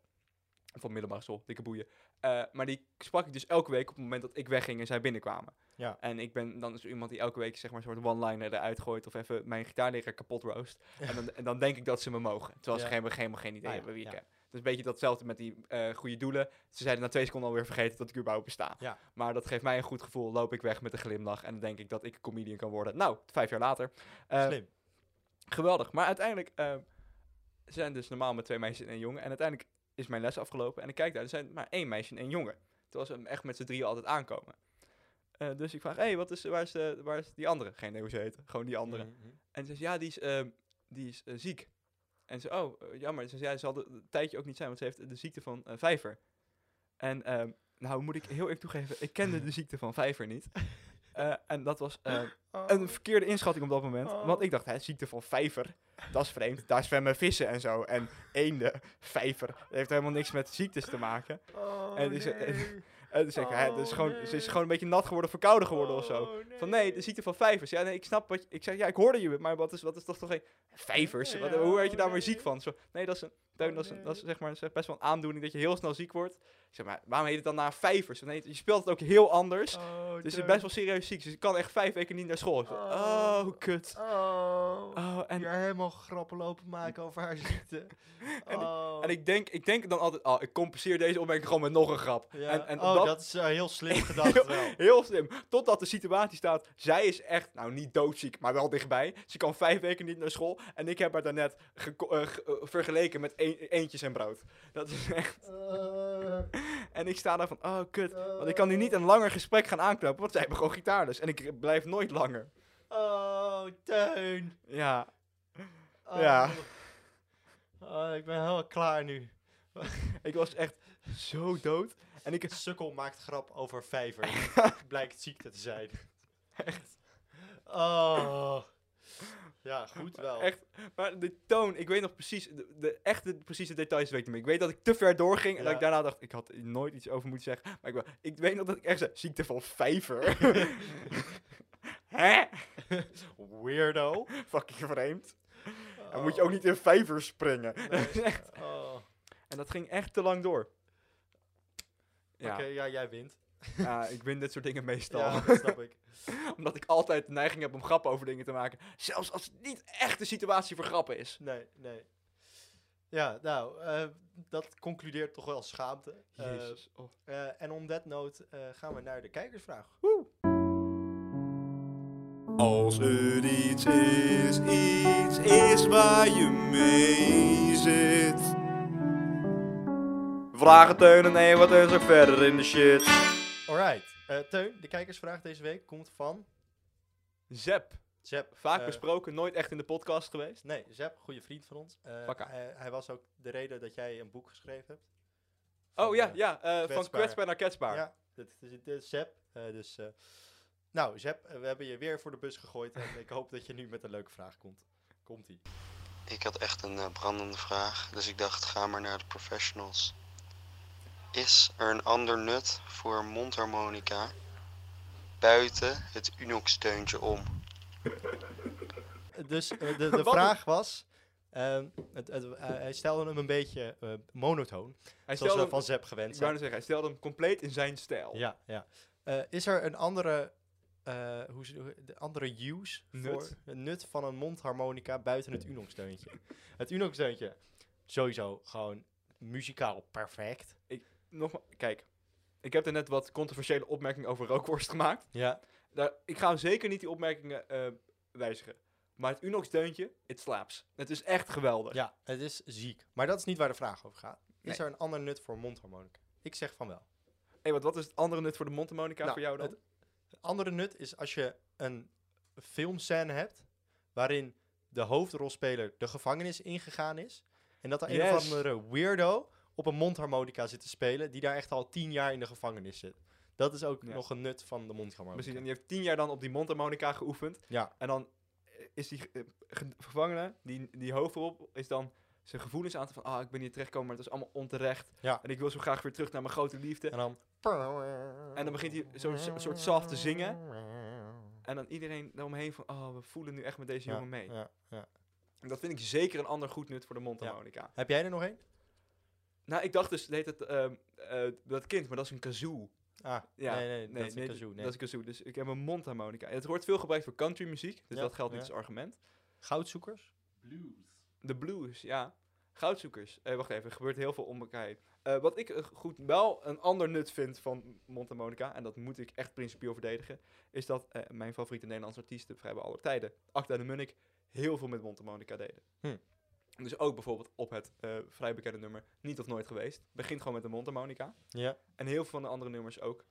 S1: Of van middelbare school, dikke boeien. Eh, maar die sprak ik dus elke week op het moment dat ik wegging en zij binnenkwamen.
S2: Ja.
S1: En ik ben dan dus iemand die elke week zeg maar een soort one-liner eruit gooit of even mijn gitaarleraar kapot roast.
S2: *laughs*
S1: En dan, en dan denk ik dat ze me mogen. Terwijl ze
S2: Ja.
S1: geen, helemaal geen idee
S2: Ah ja,
S1: hebben wie ik
S2: ja.
S1: heb. Het is een beetje datzelfde met die eh, goede doelen. Ze zeiden na twee seconden alweer vergeten dat ik überhaupt besta.
S2: Ja.
S1: Maar dat geeft mij een goed gevoel. Loop ik weg met een glimlach en dan denk ik dat ik een comedian kan worden. Nou, vijf jaar later. Eh,
S2: Slim.
S1: geweldig. Maar uiteindelijk eh, ze zijn dus normaal met twee meisjes en een jongen. En uiteindelijk is mijn les afgelopen en ik kijk daar. Er zijn maar één meisje en één jongen. Terwijl ze echt met z'n drieën altijd aankomen. Eh, dus ik vraag, hé, hey, wat is, waar, is, eh, waar is die andere? Geen idee hoe ze heet. Gewoon die andere.
S2: Mhm.
S1: En ze zegt, ja, die is, ehm, die is eh, ziek. En ze, oh, eh, jammer. Ze zei, ja, ze zal de- de tijdje ook niet zijn, want ze heeft de ziekte van eh, vijver. En ehm, nou moet ik heel eerlijk toegeven, ik kende de ziekte van vijver
S2: *laughs*
S1: niet. Eh, en dat was eh,
S2: Oh.
S1: een verkeerde inschatting op dat moment. Want ik dacht, hè, ziekte van vijver, dat is vreemd. Daar zwemmen vissen en zo. En eenden, vijver. Dat heeft helemaal niks met ziektes te maken.
S2: Oh,
S1: en die ze-
S2: nee.
S1: *laughs* En toen zei ik, hè, dat is
S2: Oh,
S1: gewoon, ze is
S2: nee.
S1: gewoon een beetje nat geworden, verkouden geworden of zo.
S2: Oh,
S1: Van nee, de ziekte van vijvers. Ja, nee, ik snap wat je... Ik zeg, ja, ik hoorde je, maar wat is, wat is toch toch geen... Vijvers? Wat, hoe werd je daar maar ziek van? Zo, nee, dat is een Teun, dat is, dat is zeg maar, zeg, best wel een aandoening dat je heel snel ziek wordt. Ik zeg maar, waarom heet het dan na vijvers? Nee, je speelt het ook heel anders.
S2: Oh,
S1: dus je bent best wel serieus ziek. Dus ik kan echt vijf weken niet naar school. Ik zeg,
S2: Oh.
S1: oh, kut.
S2: Oh.
S1: Oh, en,
S2: en helemaal grappen lopen maken over haar ziekte.
S1: En ik-
S2: Oh.
S1: en ik, denk, ik denk dan altijd, oh, ik compenseer deze opmerking gewoon met nog een grap.
S2: *laughs* Ja.
S1: En, en op
S2: oh, dat,
S1: dat-
S2: is eh, heel
S1: *laughs*
S2: slim gedacht wel.
S1: Heel slim. Totdat de situatie staat, zij is echt, nou niet doodziek, maar wel dichtbij. Ze kan vijf weken niet naar school. En ik heb haar daarnet geko- eh, ge- eh, vergeleken met een- eentjes en brood. Dat is echt... En ik sta daar van, oh kut. Want ik kan nu niet een langer gesprek gaan aanknopen, want zij hebben gewoon gitaarles. En ik blijf nooit langer.
S2: Oh, Teun.
S1: Ja.
S2: Oh.
S1: Ja.
S2: Oh, ik ben helemaal klaar nu.
S1: Ik was echt zo dood. En ik...
S2: Sukkel maakt grap over vijver.
S1: *laughs*
S2: Blijkt ziekte te zijn.
S1: Echt.
S2: Oh. Ja, goed wel.
S1: Echt, maar de toon, ik weet nog precies, de, de echte precieze details weet ik niet meer. Ik weet dat ik te ver doorging en dat
S2: Ja.
S1: ik daarna dacht, ik had hier nooit iets over moeten zeggen. Maar ik, wel- ik weet nog dat ik echt zei, ziekte van
S2: *laughs*
S1: vijver. Hè?
S2: Weirdo.
S1: Fucking vreemd.
S2: En
S1: Dan moet je ook niet in vijver springen.
S2: Oh.
S1: *laughs* en dat ging echt te lang door. Ja,
S2: Oké, ja, jij wint.
S1: ja, ik win dit soort dingen meestal.
S2: Ja, dat snap ik.
S1: *laughs* Omdat ik altijd de neiging heb om grappen over dingen te maken. Zelfs als het niet echt de situatie voor grappen is.
S2: Nee, nee. Ja, nou, eh, dat concludeert toch wel schaamte. Eh,
S1: Jezus. oh.
S2: eh, en om dat note eh, gaan we naar de kijkersvraag.
S3: Als er iets is, iets is waar je mee zit.
S1: Vragen Teun en nee, wat is ook verder in de shit.
S2: Alright, eh, Teun, de kijkersvraag deze week komt van
S1: Zep.
S2: Zep.
S1: Vaak
S2: Eh,
S1: besproken, nooit echt in de podcast geweest.
S2: Nee, Zep, goede vriend van ons. Eh,
S1: Fakka.
S2: hij, hij was ook de reden dat jij een boek geschreven hebt.
S1: Oh
S2: Van,
S1: ja,
S2: eh,
S1: ja, eh, van
S2: kwetsbaar.
S1: kwetsbaar naar kwetsbaar.
S2: Ja, dit, dit, dit is Zep. eh, dus, eh, nou, Zep, eh, we hebben je weer voor de bus gegooid. En ik hoop dat je nu met een leuke vraag komt. Komt-ie.
S4: Ik had echt een eh, brandende vraag, dus ik dacht, ga maar naar de professionals. Is er een ander nut voor een mondharmonica buiten het Unox-steuntje om?
S2: Dus eh, *laughs* de, de
S1: Wat
S2: vraag was... ehm, het, het, eh, hij stelde hem een beetje eh, monotoon.
S1: Hij
S2: zoals
S1: stelde
S2: we
S1: hem,
S2: van Zep gewend
S1: ik wou
S2: zijn.
S1: net zeggen, hij stelde hem compleet in zijn stijl.
S2: Ja, ja. Eh, is er een andere, eh, hoe ze- hoe- de andere use
S1: Nut?
S2: voor het nut van een mondharmonica buiten het Unox-deuntje? het Unox-deuntje, sowieso gewoon muzikaal perfect.
S1: Nogma- kijk, ik heb er net wat controversiële opmerkingen over rookworst gemaakt.
S2: Ja.
S1: Daar, ik ga zeker niet die opmerkingen eh, wijzigen. Maar het Unox-deuntje, het slaaps. Het is echt geweldig.
S2: ja, het is ziek. Maar dat is niet waar de vraag over gaat. Is
S1: Nee.
S2: er een ander nut voor een mondharmonica? Ik zeg van wel.
S1: Hey, wat, wat is het andere nut voor de mondharmonica
S2: Nou,
S1: voor jou dan?
S2: het- Het andere nut is als je een filmscène hebt waarin de hoofdrolspeler de gevangenis ingegaan is en dat er een of
S1: Yes.
S2: andere weirdo op een mondharmonica zit te spelen die daar echt al tien jaar in de gevangenis zit. Dat is ook
S1: Ja.
S2: nog een nut van de mondharmonica.
S1: Precies, en die heeft tien jaar dan op die mondharmonica geoefend.
S2: Ja.
S1: En dan eh, is die eh, ge- gevangene, die, die hoofdrol, is dan zijn gevoelens aan te van... Ah, ik ben hier terechtgekomen, maar het is allemaal onterecht.
S2: Ja.
S1: En ik wil zo graag weer terug naar mijn grote liefde.
S2: En dan...
S1: En dan begint hij zo'n so- soort soft te zingen. En dan iedereen daaromheen van... Oh, we voelen nu echt met deze
S2: Ja,
S1: jongen mee.
S2: ja, ja.
S1: En dat vind ik zeker een ander goed nut voor de mondharmonica.
S2: Heb jij er nog een?
S1: Nou, ik dacht dus, het heet het, ehm, eh, dat kind, maar dat is een kazoo.
S2: Ah,
S1: Ja,
S2: nee, nee, dat is een
S1: nee,
S2: kazoo. Nee.
S1: Dat is een kazoo, dus ik heb een mondharmonica. Het wordt veel gebruikt voor countrymuziek, dus
S2: Ja,
S1: dat geldt niet
S2: ja.
S1: als argument.
S2: Goudzoekers?
S1: De blues, ja. Goudzoekers. Eh, wacht even, er gebeurt heel veel om elkaar heen. Eh, wat ik eh, goed wel een ander nut vind van Montemonica, en dat moet ik echt principieel verdedigen, is dat eh, mijn favoriete Nederlandse artiesten vrijwel alle tijden, Acta de Munnik, heel veel met Montemonica deden.
S2: Hm.
S1: Dus ook bijvoorbeeld op het eh, vrij bekende nummer Niet of Nooit Geweest. Begint gewoon met de Montemonica.
S2: Ja.
S1: En heel veel van de andere nummers ook.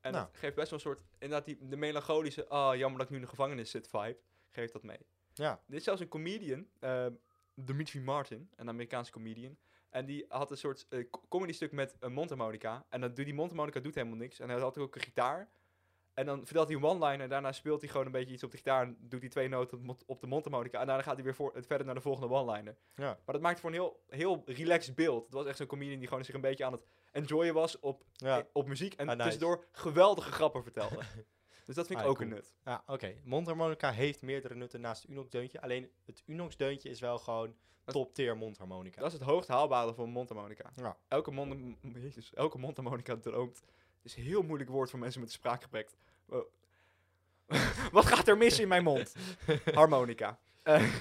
S1: En
S2: Nou.
S1: het geeft best wel een soort, inderdaad, die, de melancholische, ah, jammer dat ik nu in de gevangenis zit vibe, geeft dat mee.
S2: Ja.
S1: Dit is zelfs een comedian, eh, Dimitri Martin, een Amerikaanse comedian. En die had een soort eh, co- comedy stuk met een mondharmonica. En dat, doet- die mondharmonica doet helemaal niks. En hij had ook een gitaar. En dan vertelt hij een one-liner. En daarna speelt hij gewoon een beetje iets op de gitaar. En doet hij twee noten op de mond- op de mondharmonica. En daarna gaat hij weer voor, verder naar de volgende one-liner.
S2: Ja.
S1: Maar dat maakt voor een heel, heel relaxed beeld. Het was echt zo'n comedian die gewoon zich een beetje aan het enjoyen was op,
S2: Ja.
S1: eh, op muziek. En
S2: Ah, nice. *laughs*
S1: tussendoor geweldige grappen vertelde. Dus dat vind ik
S2: Ah,
S1: ook
S2: cool.
S1: een nut.
S2: Ja, oké. Mondharmonica heeft meerdere nutten naast het Unox-deuntje. Alleen het Unox-deuntje is wel gewoon
S1: Dat-
S2: top-tier mondharmonica.
S1: Dat is het hoogst haalbare voor een mondharmonica.
S2: Ja.
S1: Elke, mond, jezus, elke mondharmonica droomt. Het is een heel moeilijk woord voor mensen met een spraakgebrek. Wow. *laughs* Wat gaat er mis in mijn
S2: *laughs*
S1: mond? Harmonica. Eh,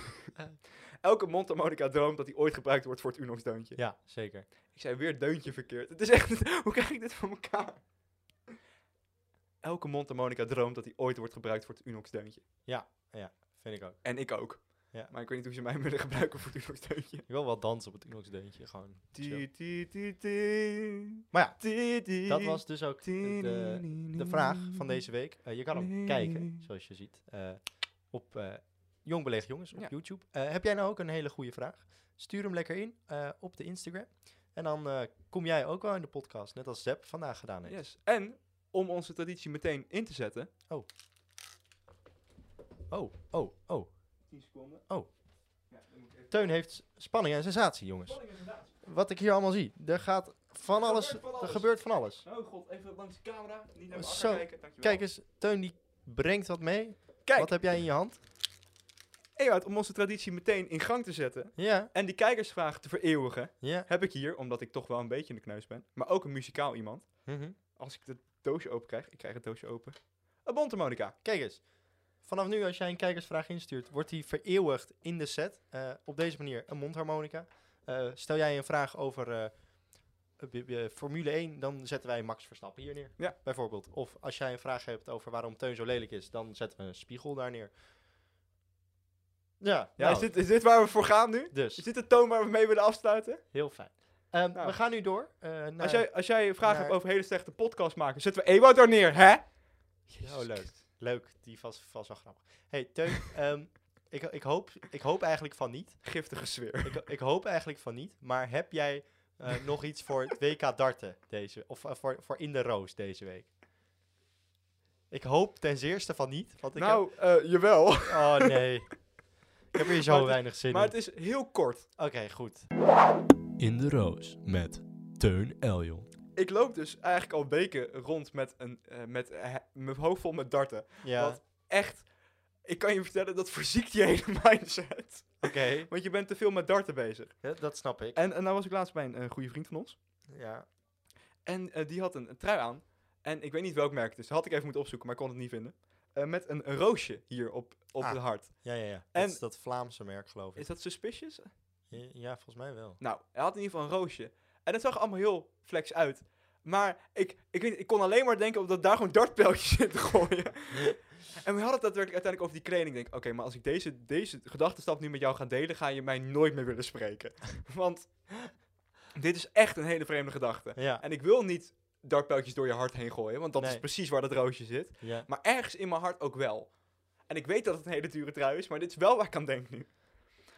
S1: elke mondharmonica droomt dat die ooit gebruikt wordt voor het Unox-deuntje.
S2: Ja, zeker.
S1: Ik zei weer deuntje verkeerd. Het *laughs* is echt, hoe krijg ik dit voor elkaar? Elke mondharmonica droomt dat die ooit wordt gebruikt voor het Unox-deuntje.
S2: Vind ik ook.
S1: En ik ook.
S2: Ja.
S1: Maar ik weet niet hoe ze mij willen gebruiken voor het Unox-deuntje.
S2: Je wil wel dansen op het Unox-deuntje. Gewoon. chill.
S1: Ti, ti, ti, ti.
S2: Maar ja,
S1: Ti, ti.
S2: dat was dus ook de, de vraag van deze week. Eh, je kan hem kijken, zoals je ziet, eh, op eh Jong Belegd Jongens op
S1: Ja.
S2: YouTube. Eh, heb jij nou ook een hele goede vraag? Stuur hem lekker in eh, op de Instagram. En dan eh, kom jij ook wel in de podcast, net als Zep vandaag gedaan heeft.
S1: Yes. En om onze traditie meteen in te zetten.
S2: Oh, oh, oh.
S1: 10 seconden. Ja, dan moet ik even.
S2: Teun heeft spanning en sensatie, jongens. Wat ik hier allemaal zie. Er gaat van alles,
S1: gebeurt van
S2: er
S1: alles.
S2: gebeurt van alles.
S1: Oh god, even langs de camera. Niet naar
S2: Oh,
S1: mijn
S2: zo.
S1: achter kijken. Dankjewel.
S2: Kijk eens, Teun die brengt wat mee.
S1: Kijk.
S2: Wat heb jij in je hand?
S1: Ewout, om onze traditie meteen in gang te zetten.
S2: Ja,
S1: En die kijkersvraag te vereeuwigen.
S2: ja.
S1: Heb ik hier, omdat ik toch wel een beetje in de kneus ben. Maar ook een muzikaal iemand.
S2: mhm.
S1: Als ik het doosje open krijg. Ik krijg het doosje open. Een mondharmonica.
S2: Kijk eens. Vanaf nu, als jij een kijkersvraag instuurt, wordt die vereeuwigd in de set. Eh, op deze manier een mondharmonica. Eh, stel jij een vraag over eh, b- b- Formule 1, dan zetten wij Max Verstappen hier neer.
S1: Ja.
S2: Bijvoorbeeld. Of als jij een vraag hebt over waarom Teun zo lelijk is, dan zetten we een spiegel daar neer. Ja,
S1: Ja,
S2: nou,
S1: is, dit, is dit waar we voor gaan nu?
S2: dus
S1: Is dit de toon waar we mee willen afsluiten?
S2: heel fijn. Ehm,
S1: Nou.
S2: We gaan nu door. eh, naar...
S1: Als, jij, als jij vragen
S2: naar-
S1: hebt over hele slechte podcast maken, zetten we Ewout daar neer, hè? Nou,
S2: Oh, leuk. Leuk, die was vast wel grappig. hey, Teun, *laughs* ehm, ik, ik, hoop, ik hoop eigenlijk van niet.
S1: Giftige sfeer.
S2: ik, ik hoop eigenlijk van niet, maar heb jij eh,
S1: *laughs*
S2: nog iets voor het WK darten deze, of eh, voor, voor in de roos deze week? Ik hoop ten zeerste van niet, want ik
S1: nou, eh, jawel.
S2: heb... Oh nee, ik heb hier zo
S1: Maar het-
S2: weinig zin
S1: Maar
S2: in.
S1: het is heel kort.
S2: Oké, goed. In de roos met Teun Eljon.
S1: Ik loop dus eigenlijk al weken rond met, een, eh, met eh, mijn hoofd vol met darten.
S2: Ja,
S1: Wat echt, ik kan je vertellen, dat verziekt je *laughs* hele mindset.
S2: oké,
S1: *laughs* Want je bent te veel met darten bezig.
S2: Ja, dat snap ik.
S1: En, en nou was ik laatst bij een, eh, goede vriend van ons.
S2: Ja.
S1: En eh, die had een, een trui aan. En ik weet niet welk merk het is. Dat had ik even moeten opzoeken, maar ik kon het niet vinden. Eh, met een, een roosje hier op, op
S2: Ah.
S1: het hart.
S2: Ja, ja, ja.
S1: En-
S2: Dat is dat Vlaamse merk, geloof ik.
S1: Is dat suspicious?
S2: Ja, Ja, volgens mij wel.
S1: Nou, hij had in ieder geval een roosje. En het zag allemaal heel flex uit. Maar ik, ik, weet, niet, ik kon alleen maar denken op dat daar gewoon dartpijltjes in te gooien. en we hadden het daadwerkelijk uiteindelijk over die kleding. Ik denk, oké, maar als ik deze, deze gedachtenstap nu met jou ga delen, ga je mij nooit meer willen spreken. Want dit is echt een hele vreemde gedachte.
S2: Ja,
S1: En ik wil niet dartpijltjes door je hart heen gooien, want dat is
S2: Nee.
S1: precies waar dat roosje zit.
S2: ja.
S1: Maar ergens in mijn hart ook wel. En ik weet dat het een hele dure trui is, maar dit is wel waar ik aan denk nu. *laughs*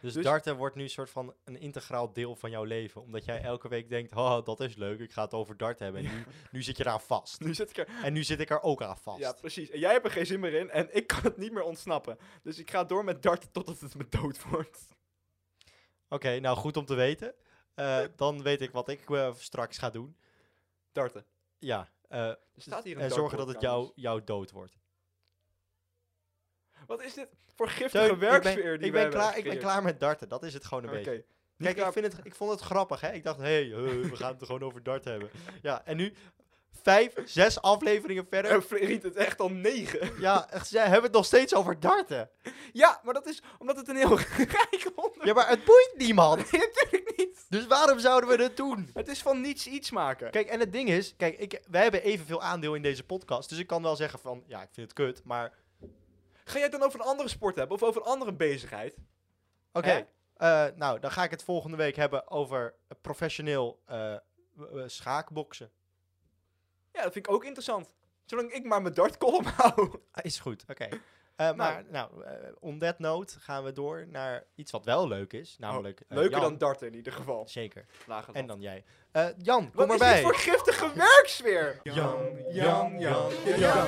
S2: Dus,
S1: Dus-
S2: darten wordt nu een soort van een integraal deel van jouw leven. Omdat jij elke week denkt, oh, dat is leuk, ik ga het over darten hebben. En nu, nu zit je daar vast.
S1: Nu zit ik er
S2: *laughs* En nu zit ik er ook aan vast.
S1: Ja, precies. En jij hebt er geen zin meer in en ik kan het niet meer ontsnappen. Dus ik ga door met darten totdat het me dood wordt.
S2: Oké, nou goed om te weten. Eh, dan weet ik wat ik eh, straks ga doen.
S1: Darten.
S2: Ja, eh,
S1: Er staat hier een
S2: en zorgen dat
S1: dartboard
S2: het jou,
S1: trouwens.
S2: jouw dood wordt.
S1: Wat is dit voor
S2: Teun,
S1: giftige
S2: ik ben,
S1: werksfeer die
S2: ik,
S1: we
S2: ben
S1: hebben
S2: klaar, ik ben
S1: gecreëerd?
S2: klaar met darten, dat is het gewoon een
S1: Oké.
S2: beetje.
S1: Niet
S2: Kijk, ik,
S1: klaar-
S2: vind het, ik vond het grappig, hè. Ik dacht, hé, hey, *laughs* eh, we gaan het er gewoon over darten hebben. Ja, en nu vijf, zes afleveringen
S1: En *laughs*
S2: verder.
S1: Floriet het echt al negen. *laughs*
S2: Ja, echt, zij hebben het nog steeds over darten.
S1: Ja, maar dat is omdat het een heel *laughs* rijk onderwerp
S2: Ja, maar het boeit niemand.
S1: is. *laughs* Natuurlijk niet.
S2: Dus waarom zouden we het doen?
S1: Het is van niets iets maken.
S2: Kijk, en het ding is, kijk, ik, wij hebben evenveel aandeel in deze podcast. Dus ik kan wel zeggen van, ja, ik vind het kut, maar...
S1: Ga jij het dan over een andere sport hebben of over een andere bezigheid?
S2: Oké,
S1: Hè?
S2: eh, nou, dan ga ik het volgende week hebben over professioneel eh, w- w- schaakboksen.
S1: Ja, dat vind ik ook interessant. Zolang ik maar mijn dartkolom hou.
S2: Ah, is goed, oké. Eh, maar, nou, eh, on that note gaan we door naar iets wat wel leuk is, namelijk... eh,
S1: Oh, Leuker
S2: Jan.
S1: dan darten in ieder geval.
S2: Zeker.
S1: Lage
S2: En dan jij. Eh, Jan,
S1: Wat
S2: kom
S1: is
S2: erbij.
S1: dit voor giftige werksfeer?
S2: Jan,
S3: Jan, Jan, Jan,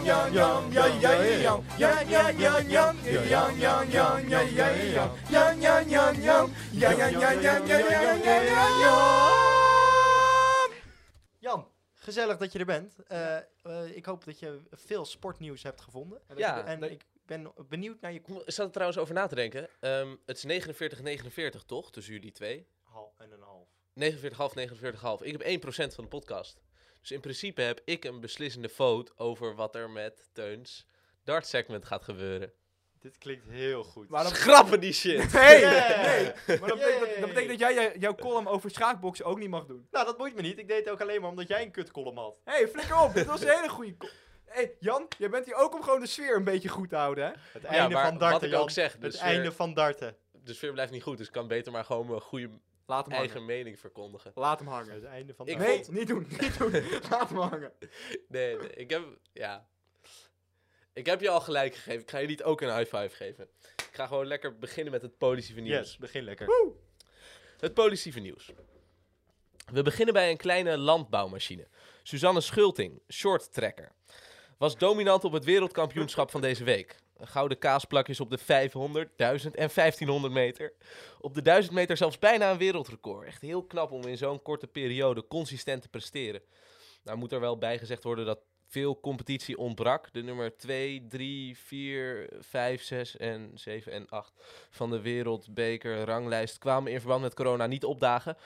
S3: Jan, Jan, ja, ja, ja, Jan. Ja, ja, ja, Jan, ja, Jan, Jan, Jan, ja, ja, ja, Jan. Ja, ja, ja, Jan. Ja, ja, ja, Jan, ja, ja, ja, ja, ja, Jan.
S2: Jan, Gezellig dat je er bent. Eh, eh, ik hoop dat je veel sportnieuws hebt gevonden.
S1: dat
S5: Ja.
S1: je de-
S2: En
S5: dat-
S2: ik ben benieuwd naar je
S5: Ik mo- zat er trouwens over na te denken. Ehm, het is 49-49 toch, tussen jullie twee?
S2: hal en een half.
S5: 49,5, 49,5. Ik heb 1% van de podcast. Dus in principe heb ik een beslissende vote over wat er met Teuns dart segment gaat gebeuren.
S2: Dit klinkt heel goed. *laughs*
S1: Maar dan-
S5: Schrappen die shit! *laughs*
S1: Nee,
S2: Yeah.
S1: nee.
S2: *laughs*
S1: Maar dat betekent, dat,
S2: Yay.
S1: dat betekent dat jij jij jouw column over schaakboksen ook niet mag doen.
S2: Nou, dat boeit me niet. Ik deed het ook alleen maar omdat jij een kutcolumn had.
S1: Hé, hey, flikker op. Dit was een hele goede column. hey, Jan, jij bent hier ook om gewoon de sfeer een beetje goed te houden, hè?
S2: Het
S5: Ja,
S2: einde
S5: maar
S2: van darten,
S5: wat ik
S2: Jan.
S5: ook zeg.
S2: Het
S5: Dus
S2: einde
S5: weer,
S2: van darten.
S5: dus weer blijft niet goed. Dus ik kan beter maar gewoon mijn goede
S1: Laat hem hangen.
S5: eigen mening verkondigen.
S1: Laat hem hangen.
S2: Het einde van
S5: Ik
S2: darten.
S1: nee,
S5: vond-
S1: niet doen, niet doen. *laughs* Laat hem hangen.
S5: Nee, nee, ik heb... Ja. Ik heb je al gelijk gegeven. Ik ga je niet ook een high five geven. Ik ga gewoon lekker beginnen met het positieve nieuws.
S2: Yes, begin lekker.
S5: Het positieve nieuws. We beginnen bij een kleine landbouwmachine. Suzanne Schulting, short tracker. Was dominant op het wereldkampioenschap van deze week. Gouden kaasplakjes op de 500, 1000 en 1500 meter. Op de 1000 meter zelfs bijna een wereldrecord. Echt heel knap om in zo'n korte periode consistent te presteren. Nou moet er wel bij gezegd worden dat veel competitie ontbrak. De nummer 2, 3, 4, 5, 6 en 7 en 8 van de wereldbeker ranglijst kwamen in verband met corona niet opdagen.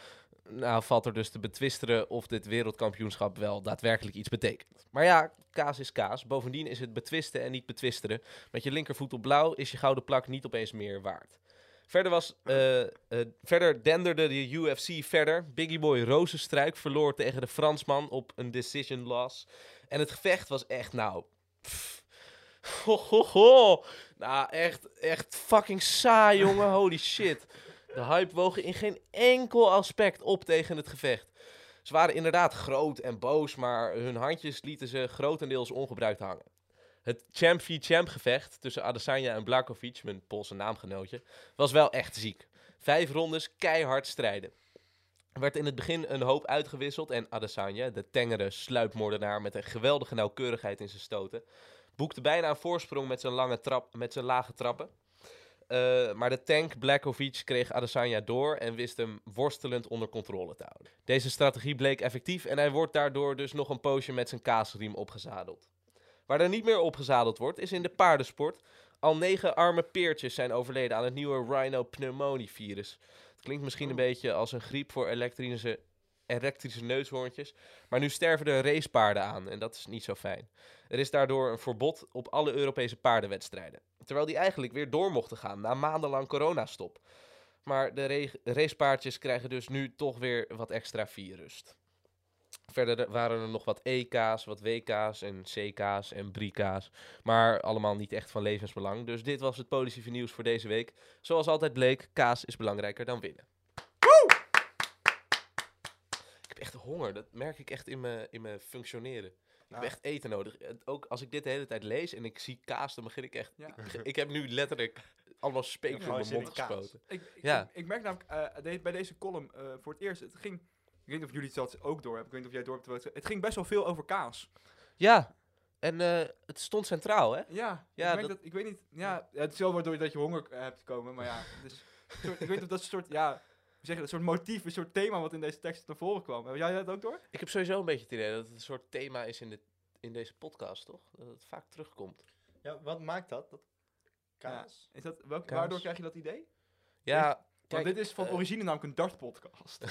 S5: Nou valt er dus te betwisteren of dit wereldkampioenschap wel daadwerkelijk iets betekent. Maar ja, kaas is kaas. Bovendien is het betwisten en niet betwisteren. Met je linkervoet op blauw is je gouden plak niet opeens meer waard. Verder, was, eh, eh, verder denderde de UFC verder. Biggie Boy Rozenstruik verloor tegen de Fransman op een decision loss. En het gevecht was echt nou... pff, ho, ho, ho. Nou, echt, echt fucking saai, jongen. Holy shit. De hype woog in geen enkel aspect op tegen het gevecht. Ze waren inderdaad groot en boos, maar hun handjes lieten ze grotendeels ongebruikt hangen. Het champ v champ gevecht tussen Adesanya en Blakovic, mijn Poolse naamgenootje, was wel echt ziek. Vijf rondes keihard strijden. Er werd in het begin een hoop uitgewisseld en Adesanya, de tengere sluipmoordenaar met een geweldige nauwkeurigheid in zijn stoten, boekte bijna een voorsprong met zijn, lange trap, met zijn lage trappen. Eh, maar de tank Blakovic kreeg Adesanya door en wist hem worstelend onder controle te houden. Deze strategie bleek effectief en hij wordt daardoor dus nog een poosje met zijn kaasriem opgezadeld. Waar er niet meer opgezadeld wordt is in de paardensport. Al negen arme peertjes zijn overleden aan het nieuwe rhinopneumonievirus. Het klinkt misschien een beetje als een griep voor elektrische, elektrische neushoorntjes, maar nu sterven er racepaarden aan en dat is niet zo fijn. Er is daardoor een verbod op alle Europese paardenwedstrijden. Terwijl die eigenlijk weer door mochten gaan na maandenlang coronastop. Maar de re- racepaardjes krijgen dus nu toch weer wat extra vierrust. Verder waren er nog wat EK's, wat WK's en CK's en BRIK's. Maar allemaal niet echt van levensbelang. Dus dit was het positieve nieuws voor deze week. Zoals altijd bleek, kaas is belangrijker dan winnen. Ik heb echt honger. Dat merk ik echt in mijn, in mijn functioneren. Ik heb
S2: Nou.
S5: echt eten nodig. Het- Ook als ik dit de hele tijd lees en ik zie kaas, dan begin ik echt...
S1: Ja.
S5: Ik, ik heb nu letterlijk allemaal speek
S2: Ja,
S5: voor
S2: gewoon
S5: mijn
S2: zin in
S5: mond
S2: kaas.
S5: gespoten.
S1: Ik, ik,
S5: Ja.
S1: ik merk namelijk eh, de- bij deze column eh, voor het eerst, het ging, ik weet niet of jullie dat ook door hebben, ik weet niet of jij door hebt, terwijl het- het ging best wel veel over kaas.
S5: Ja, en eh, het stond centraal, hè?
S1: Ja,
S5: Ja,
S1: ik, merk
S5: dat-
S1: dat, ik weet niet, ja, ja, het is wel waardoor je dat je honger eh, hebt komen, maar ja, dus, een soort- ik weet niet of dat soort, ja, hoe zeg je dat, soort motief, een soort thema wat in deze tekst naar voren kwam. Heb jij dat ook door?
S5: Ik heb sowieso een beetje het idee dat het een soort thema is in, de, in deze podcast, toch? Dat het vaak terugkomt.
S2: *laughs* Ja, wat maakt dat? dat... Kaas?
S1: Is dat, welk-
S5: Kaas.
S1: Waardoor krijg je dat idee?
S5: Ja,
S1: Want
S5: kijk,
S1: dit is van
S5: eh,
S1: origine namelijk een dartpodcast.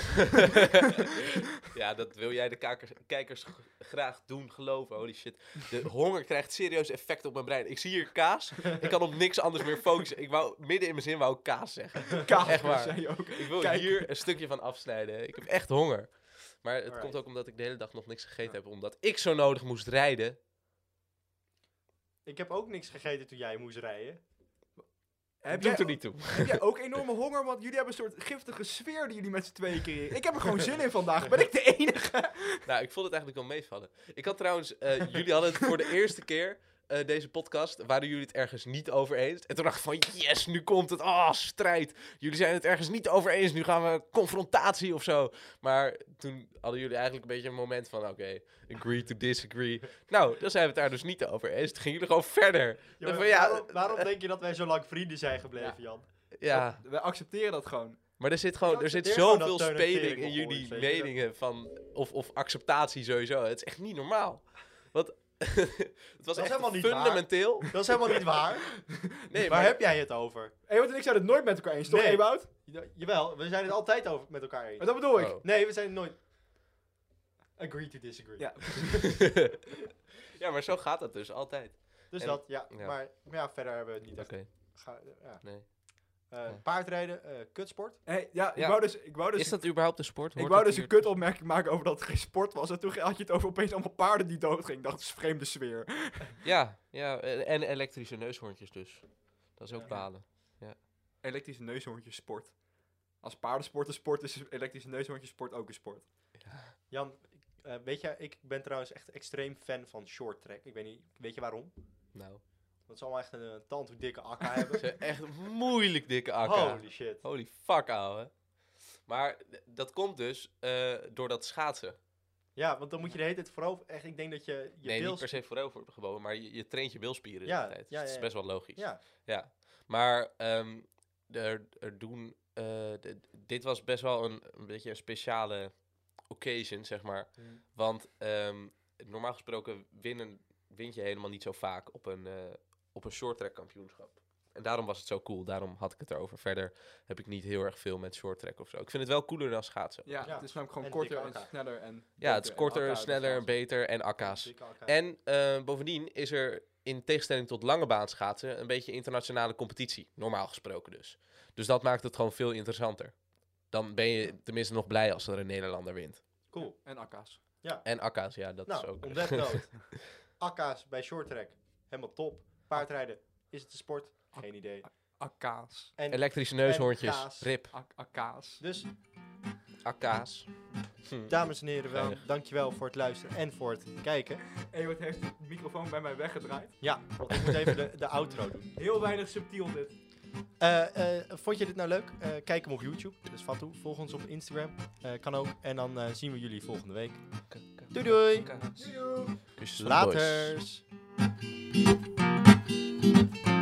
S5: *laughs* ja, dat wil jij de kakers- kijkers g- graag doen geloven. Holy shit. De honger krijgt serieus effect op mijn brein. Ik zie hier kaas. Ik kan op niks anders meer focussen. Ik wou midden in mijn zin wou ik kaas zeggen. *laughs*
S1: kaas, dus
S5: Echt waar.
S1: zei je ook.
S5: Ik wil
S1: Kijk.
S5: hier een stukje van afsnijden. Ik heb echt honger. Maar het
S2: Alright.
S5: komt ook omdat ik de hele dag nog niks gegeten heb. Omdat ik zo nodig moest rijden.
S2: Ik heb ook niks gegeten toen jij moest rijden.
S1: Heb
S5: Doet
S1: jij-
S5: er niet toe.
S1: Heb jij
S5: *laughs*
S1: ook enorme honger? Want jullie hebben een soort giftige sfeer die jullie met z'n tweeën creëren. Ik heb er gewoon zin in vandaag. Ben ik
S5: *laughs*
S1: de enige?
S5: Nou, ik vond het eigenlijk wel meevallen. Ik had
S1: *laughs*
S5: trouwens, eh, jullie hadden het voor de eerste keer, eh, deze podcast, waren jullie het ergens niet over eens. En toen dacht ik van, yes, nu komt het. Ah, strijd. Jullie zijn het ergens niet over eens. Nu gaan we confrontatie of zo. Maar toen hadden jullie eigenlijk een beetje een moment van, oké, agree to disagree. Nou, dan zijn we het daar dus niet over eens. Toen gingen jullie gewoon verder.
S2: Ja,
S5: Dan
S2: maar
S5: van, ja, eh,
S2: waarom, waarom denk je dat wij zo lang vrienden zijn gebleven, Jan?
S5: Ja,
S1: We accepteren dat gewoon.
S5: maar er zit gewoon, er zit
S2: accepteer gewoon
S5: zoveel
S2: dat Teun en Tering
S5: speling in
S2: behoorlijk
S5: jullie
S2: zeker.
S5: meningen van Of, of acceptatie sowieso. Het is echt niet normaal. Want *laughs* het was
S2: is
S5: echt
S2: helemaal niet waar. *laughs*
S5: fundamenteel.
S2: Dat is helemaal
S5: *laughs*
S2: niet waar. Waar
S5: Nee, maar
S2: heb jij het over?
S1: Ewout en ik zijn het nooit met elkaar eens, toch
S2: Nee.
S1: Ewout?
S2: Ja, Jawel, we zijn het altijd over met elkaar eens.
S1: Maar dat bedoel ik.
S5: Oh.
S2: Nee, we zijn het nooit... Agree to disagree.
S1: Ja.
S5: Oh. *laughs* ja, maar zo gaat dat dus altijd.
S2: Dus
S5: En-
S2: dat, ja.
S5: ja.
S2: Maar maar ja, verder hebben we het niet
S5: Oké.
S2: echt... Ga, ja.
S5: Nee.
S2: Eh,
S5: Nee.
S2: Paardrijden, eh, kutsport.
S1: Hey, ja,
S5: Ja.
S1: Ik wou dus, ik wou dus,
S5: Is dat überhaupt een sport?
S1: ik
S5: Hoort
S1: wou
S5: dat
S1: dus een
S5: hier-
S1: kutopmerking maken over dat het geen sport was. En toen had je het over opeens allemaal paarden die doodgingen. Ik dacht, dat is een vreemde sfeer.
S5: Ja, ja, en en elektrische neushoorntjes dus. Dat is ook
S2: Ja.
S5: balen.
S1: Elektrische neushoorntjes sport. Als paardensport een sport is, is elektrische neushoorntjes sport ook een sport.
S2: Jan, eh, weet je, ik ben trouwens echt extreem fan van short track. Ik weet niet, weet je waarom?
S5: Nou,
S2: Dat ze allemaal echt een, een tand hoe dikke
S5: *laughs*
S2: akka hebben.
S5: ze echt moeilijk dikke akka.
S2: Holy shit.
S5: Holy fuck, ouwe. Maar d- dat komt dus eh, door dat schaatsen.
S2: Ja, want dan moet je de hele tijd vooral echt, ik denk dat je je
S5: nee,
S2: pils- Oh,
S5: niet per se voorover wordt gebogen, maar je, je traint je bilspieren
S2: Ja,
S5: de hele tijd.
S2: ja, ja,
S5: Dus dat is best wel logisch.
S2: Ja,
S5: Maar ehm, er, er doen... eh, d- dit was best wel een, een beetje een speciale occasion, zeg maar.
S2: Mhm.
S5: Want ehm, normaal gesproken winnen, wint je helemaal niet zo vaak op een, eh op een shorttrack kampioenschap. En daarom was het zo cool. Daarom had ik het erover. Verder heb ik niet heel erg veel met shorttrack of zo. Ik vind het wel cooler dan schaatsen.
S1: Ja,
S2: Ja.
S1: het is namelijk gewoon
S2: En dikke
S1: korter en
S2: akka.
S1: sneller. En
S5: Ja, het
S1: beter
S5: is
S1: en
S5: korter,
S1: akka, dus
S5: sneller,
S1: dat is-
S5: beter en akka's.
S2: dikke akka.
S5: En eh, bovendien is er in tegenstelling tot lange baan schaatsen een beetje internationale competitie, normaal gesproken dus. Dus dat maakt het gewoon veel interessanter. Dan ben je tenminste nog blij als er een Nederlander wint.
S2: Cool.
S1: En akka's.
S5: En akka's, ja, dat is
S2: nou,
S5: ook.
S2: on that
S5: *laughs*
S2: note. Akka's bij short track. Helemaal top. Paardrijden. Is het een sport? Geen idee.
S1: Akka's.
S2: En
S5: Elektrische neushoorntjes,
S2: kaas.
S5: rip,
S1: Ak- Akka's.
S2: dus,
S5: akka's. Hm.
S2: dames en heren, wel,
S5: Veilig.
S2: dankjewel voor het luisteren en voor het kijken.
S1: Ewout heeft de microfoon bij mij weggedraaid.
S2: Ja, want ik moet even de, de outro doen.
S1: Heel weinig subtiel dit.
S2: Eh, eh, vond je dit nou leuk? Eh, kijk hem op YouTube. Dus Fatou. Volg ons op Instagram. Eh, kan ook. En dan eh, zien we jullie volgende week. Doei doei.
S5: Kusjes van de boys.
S2: Laters.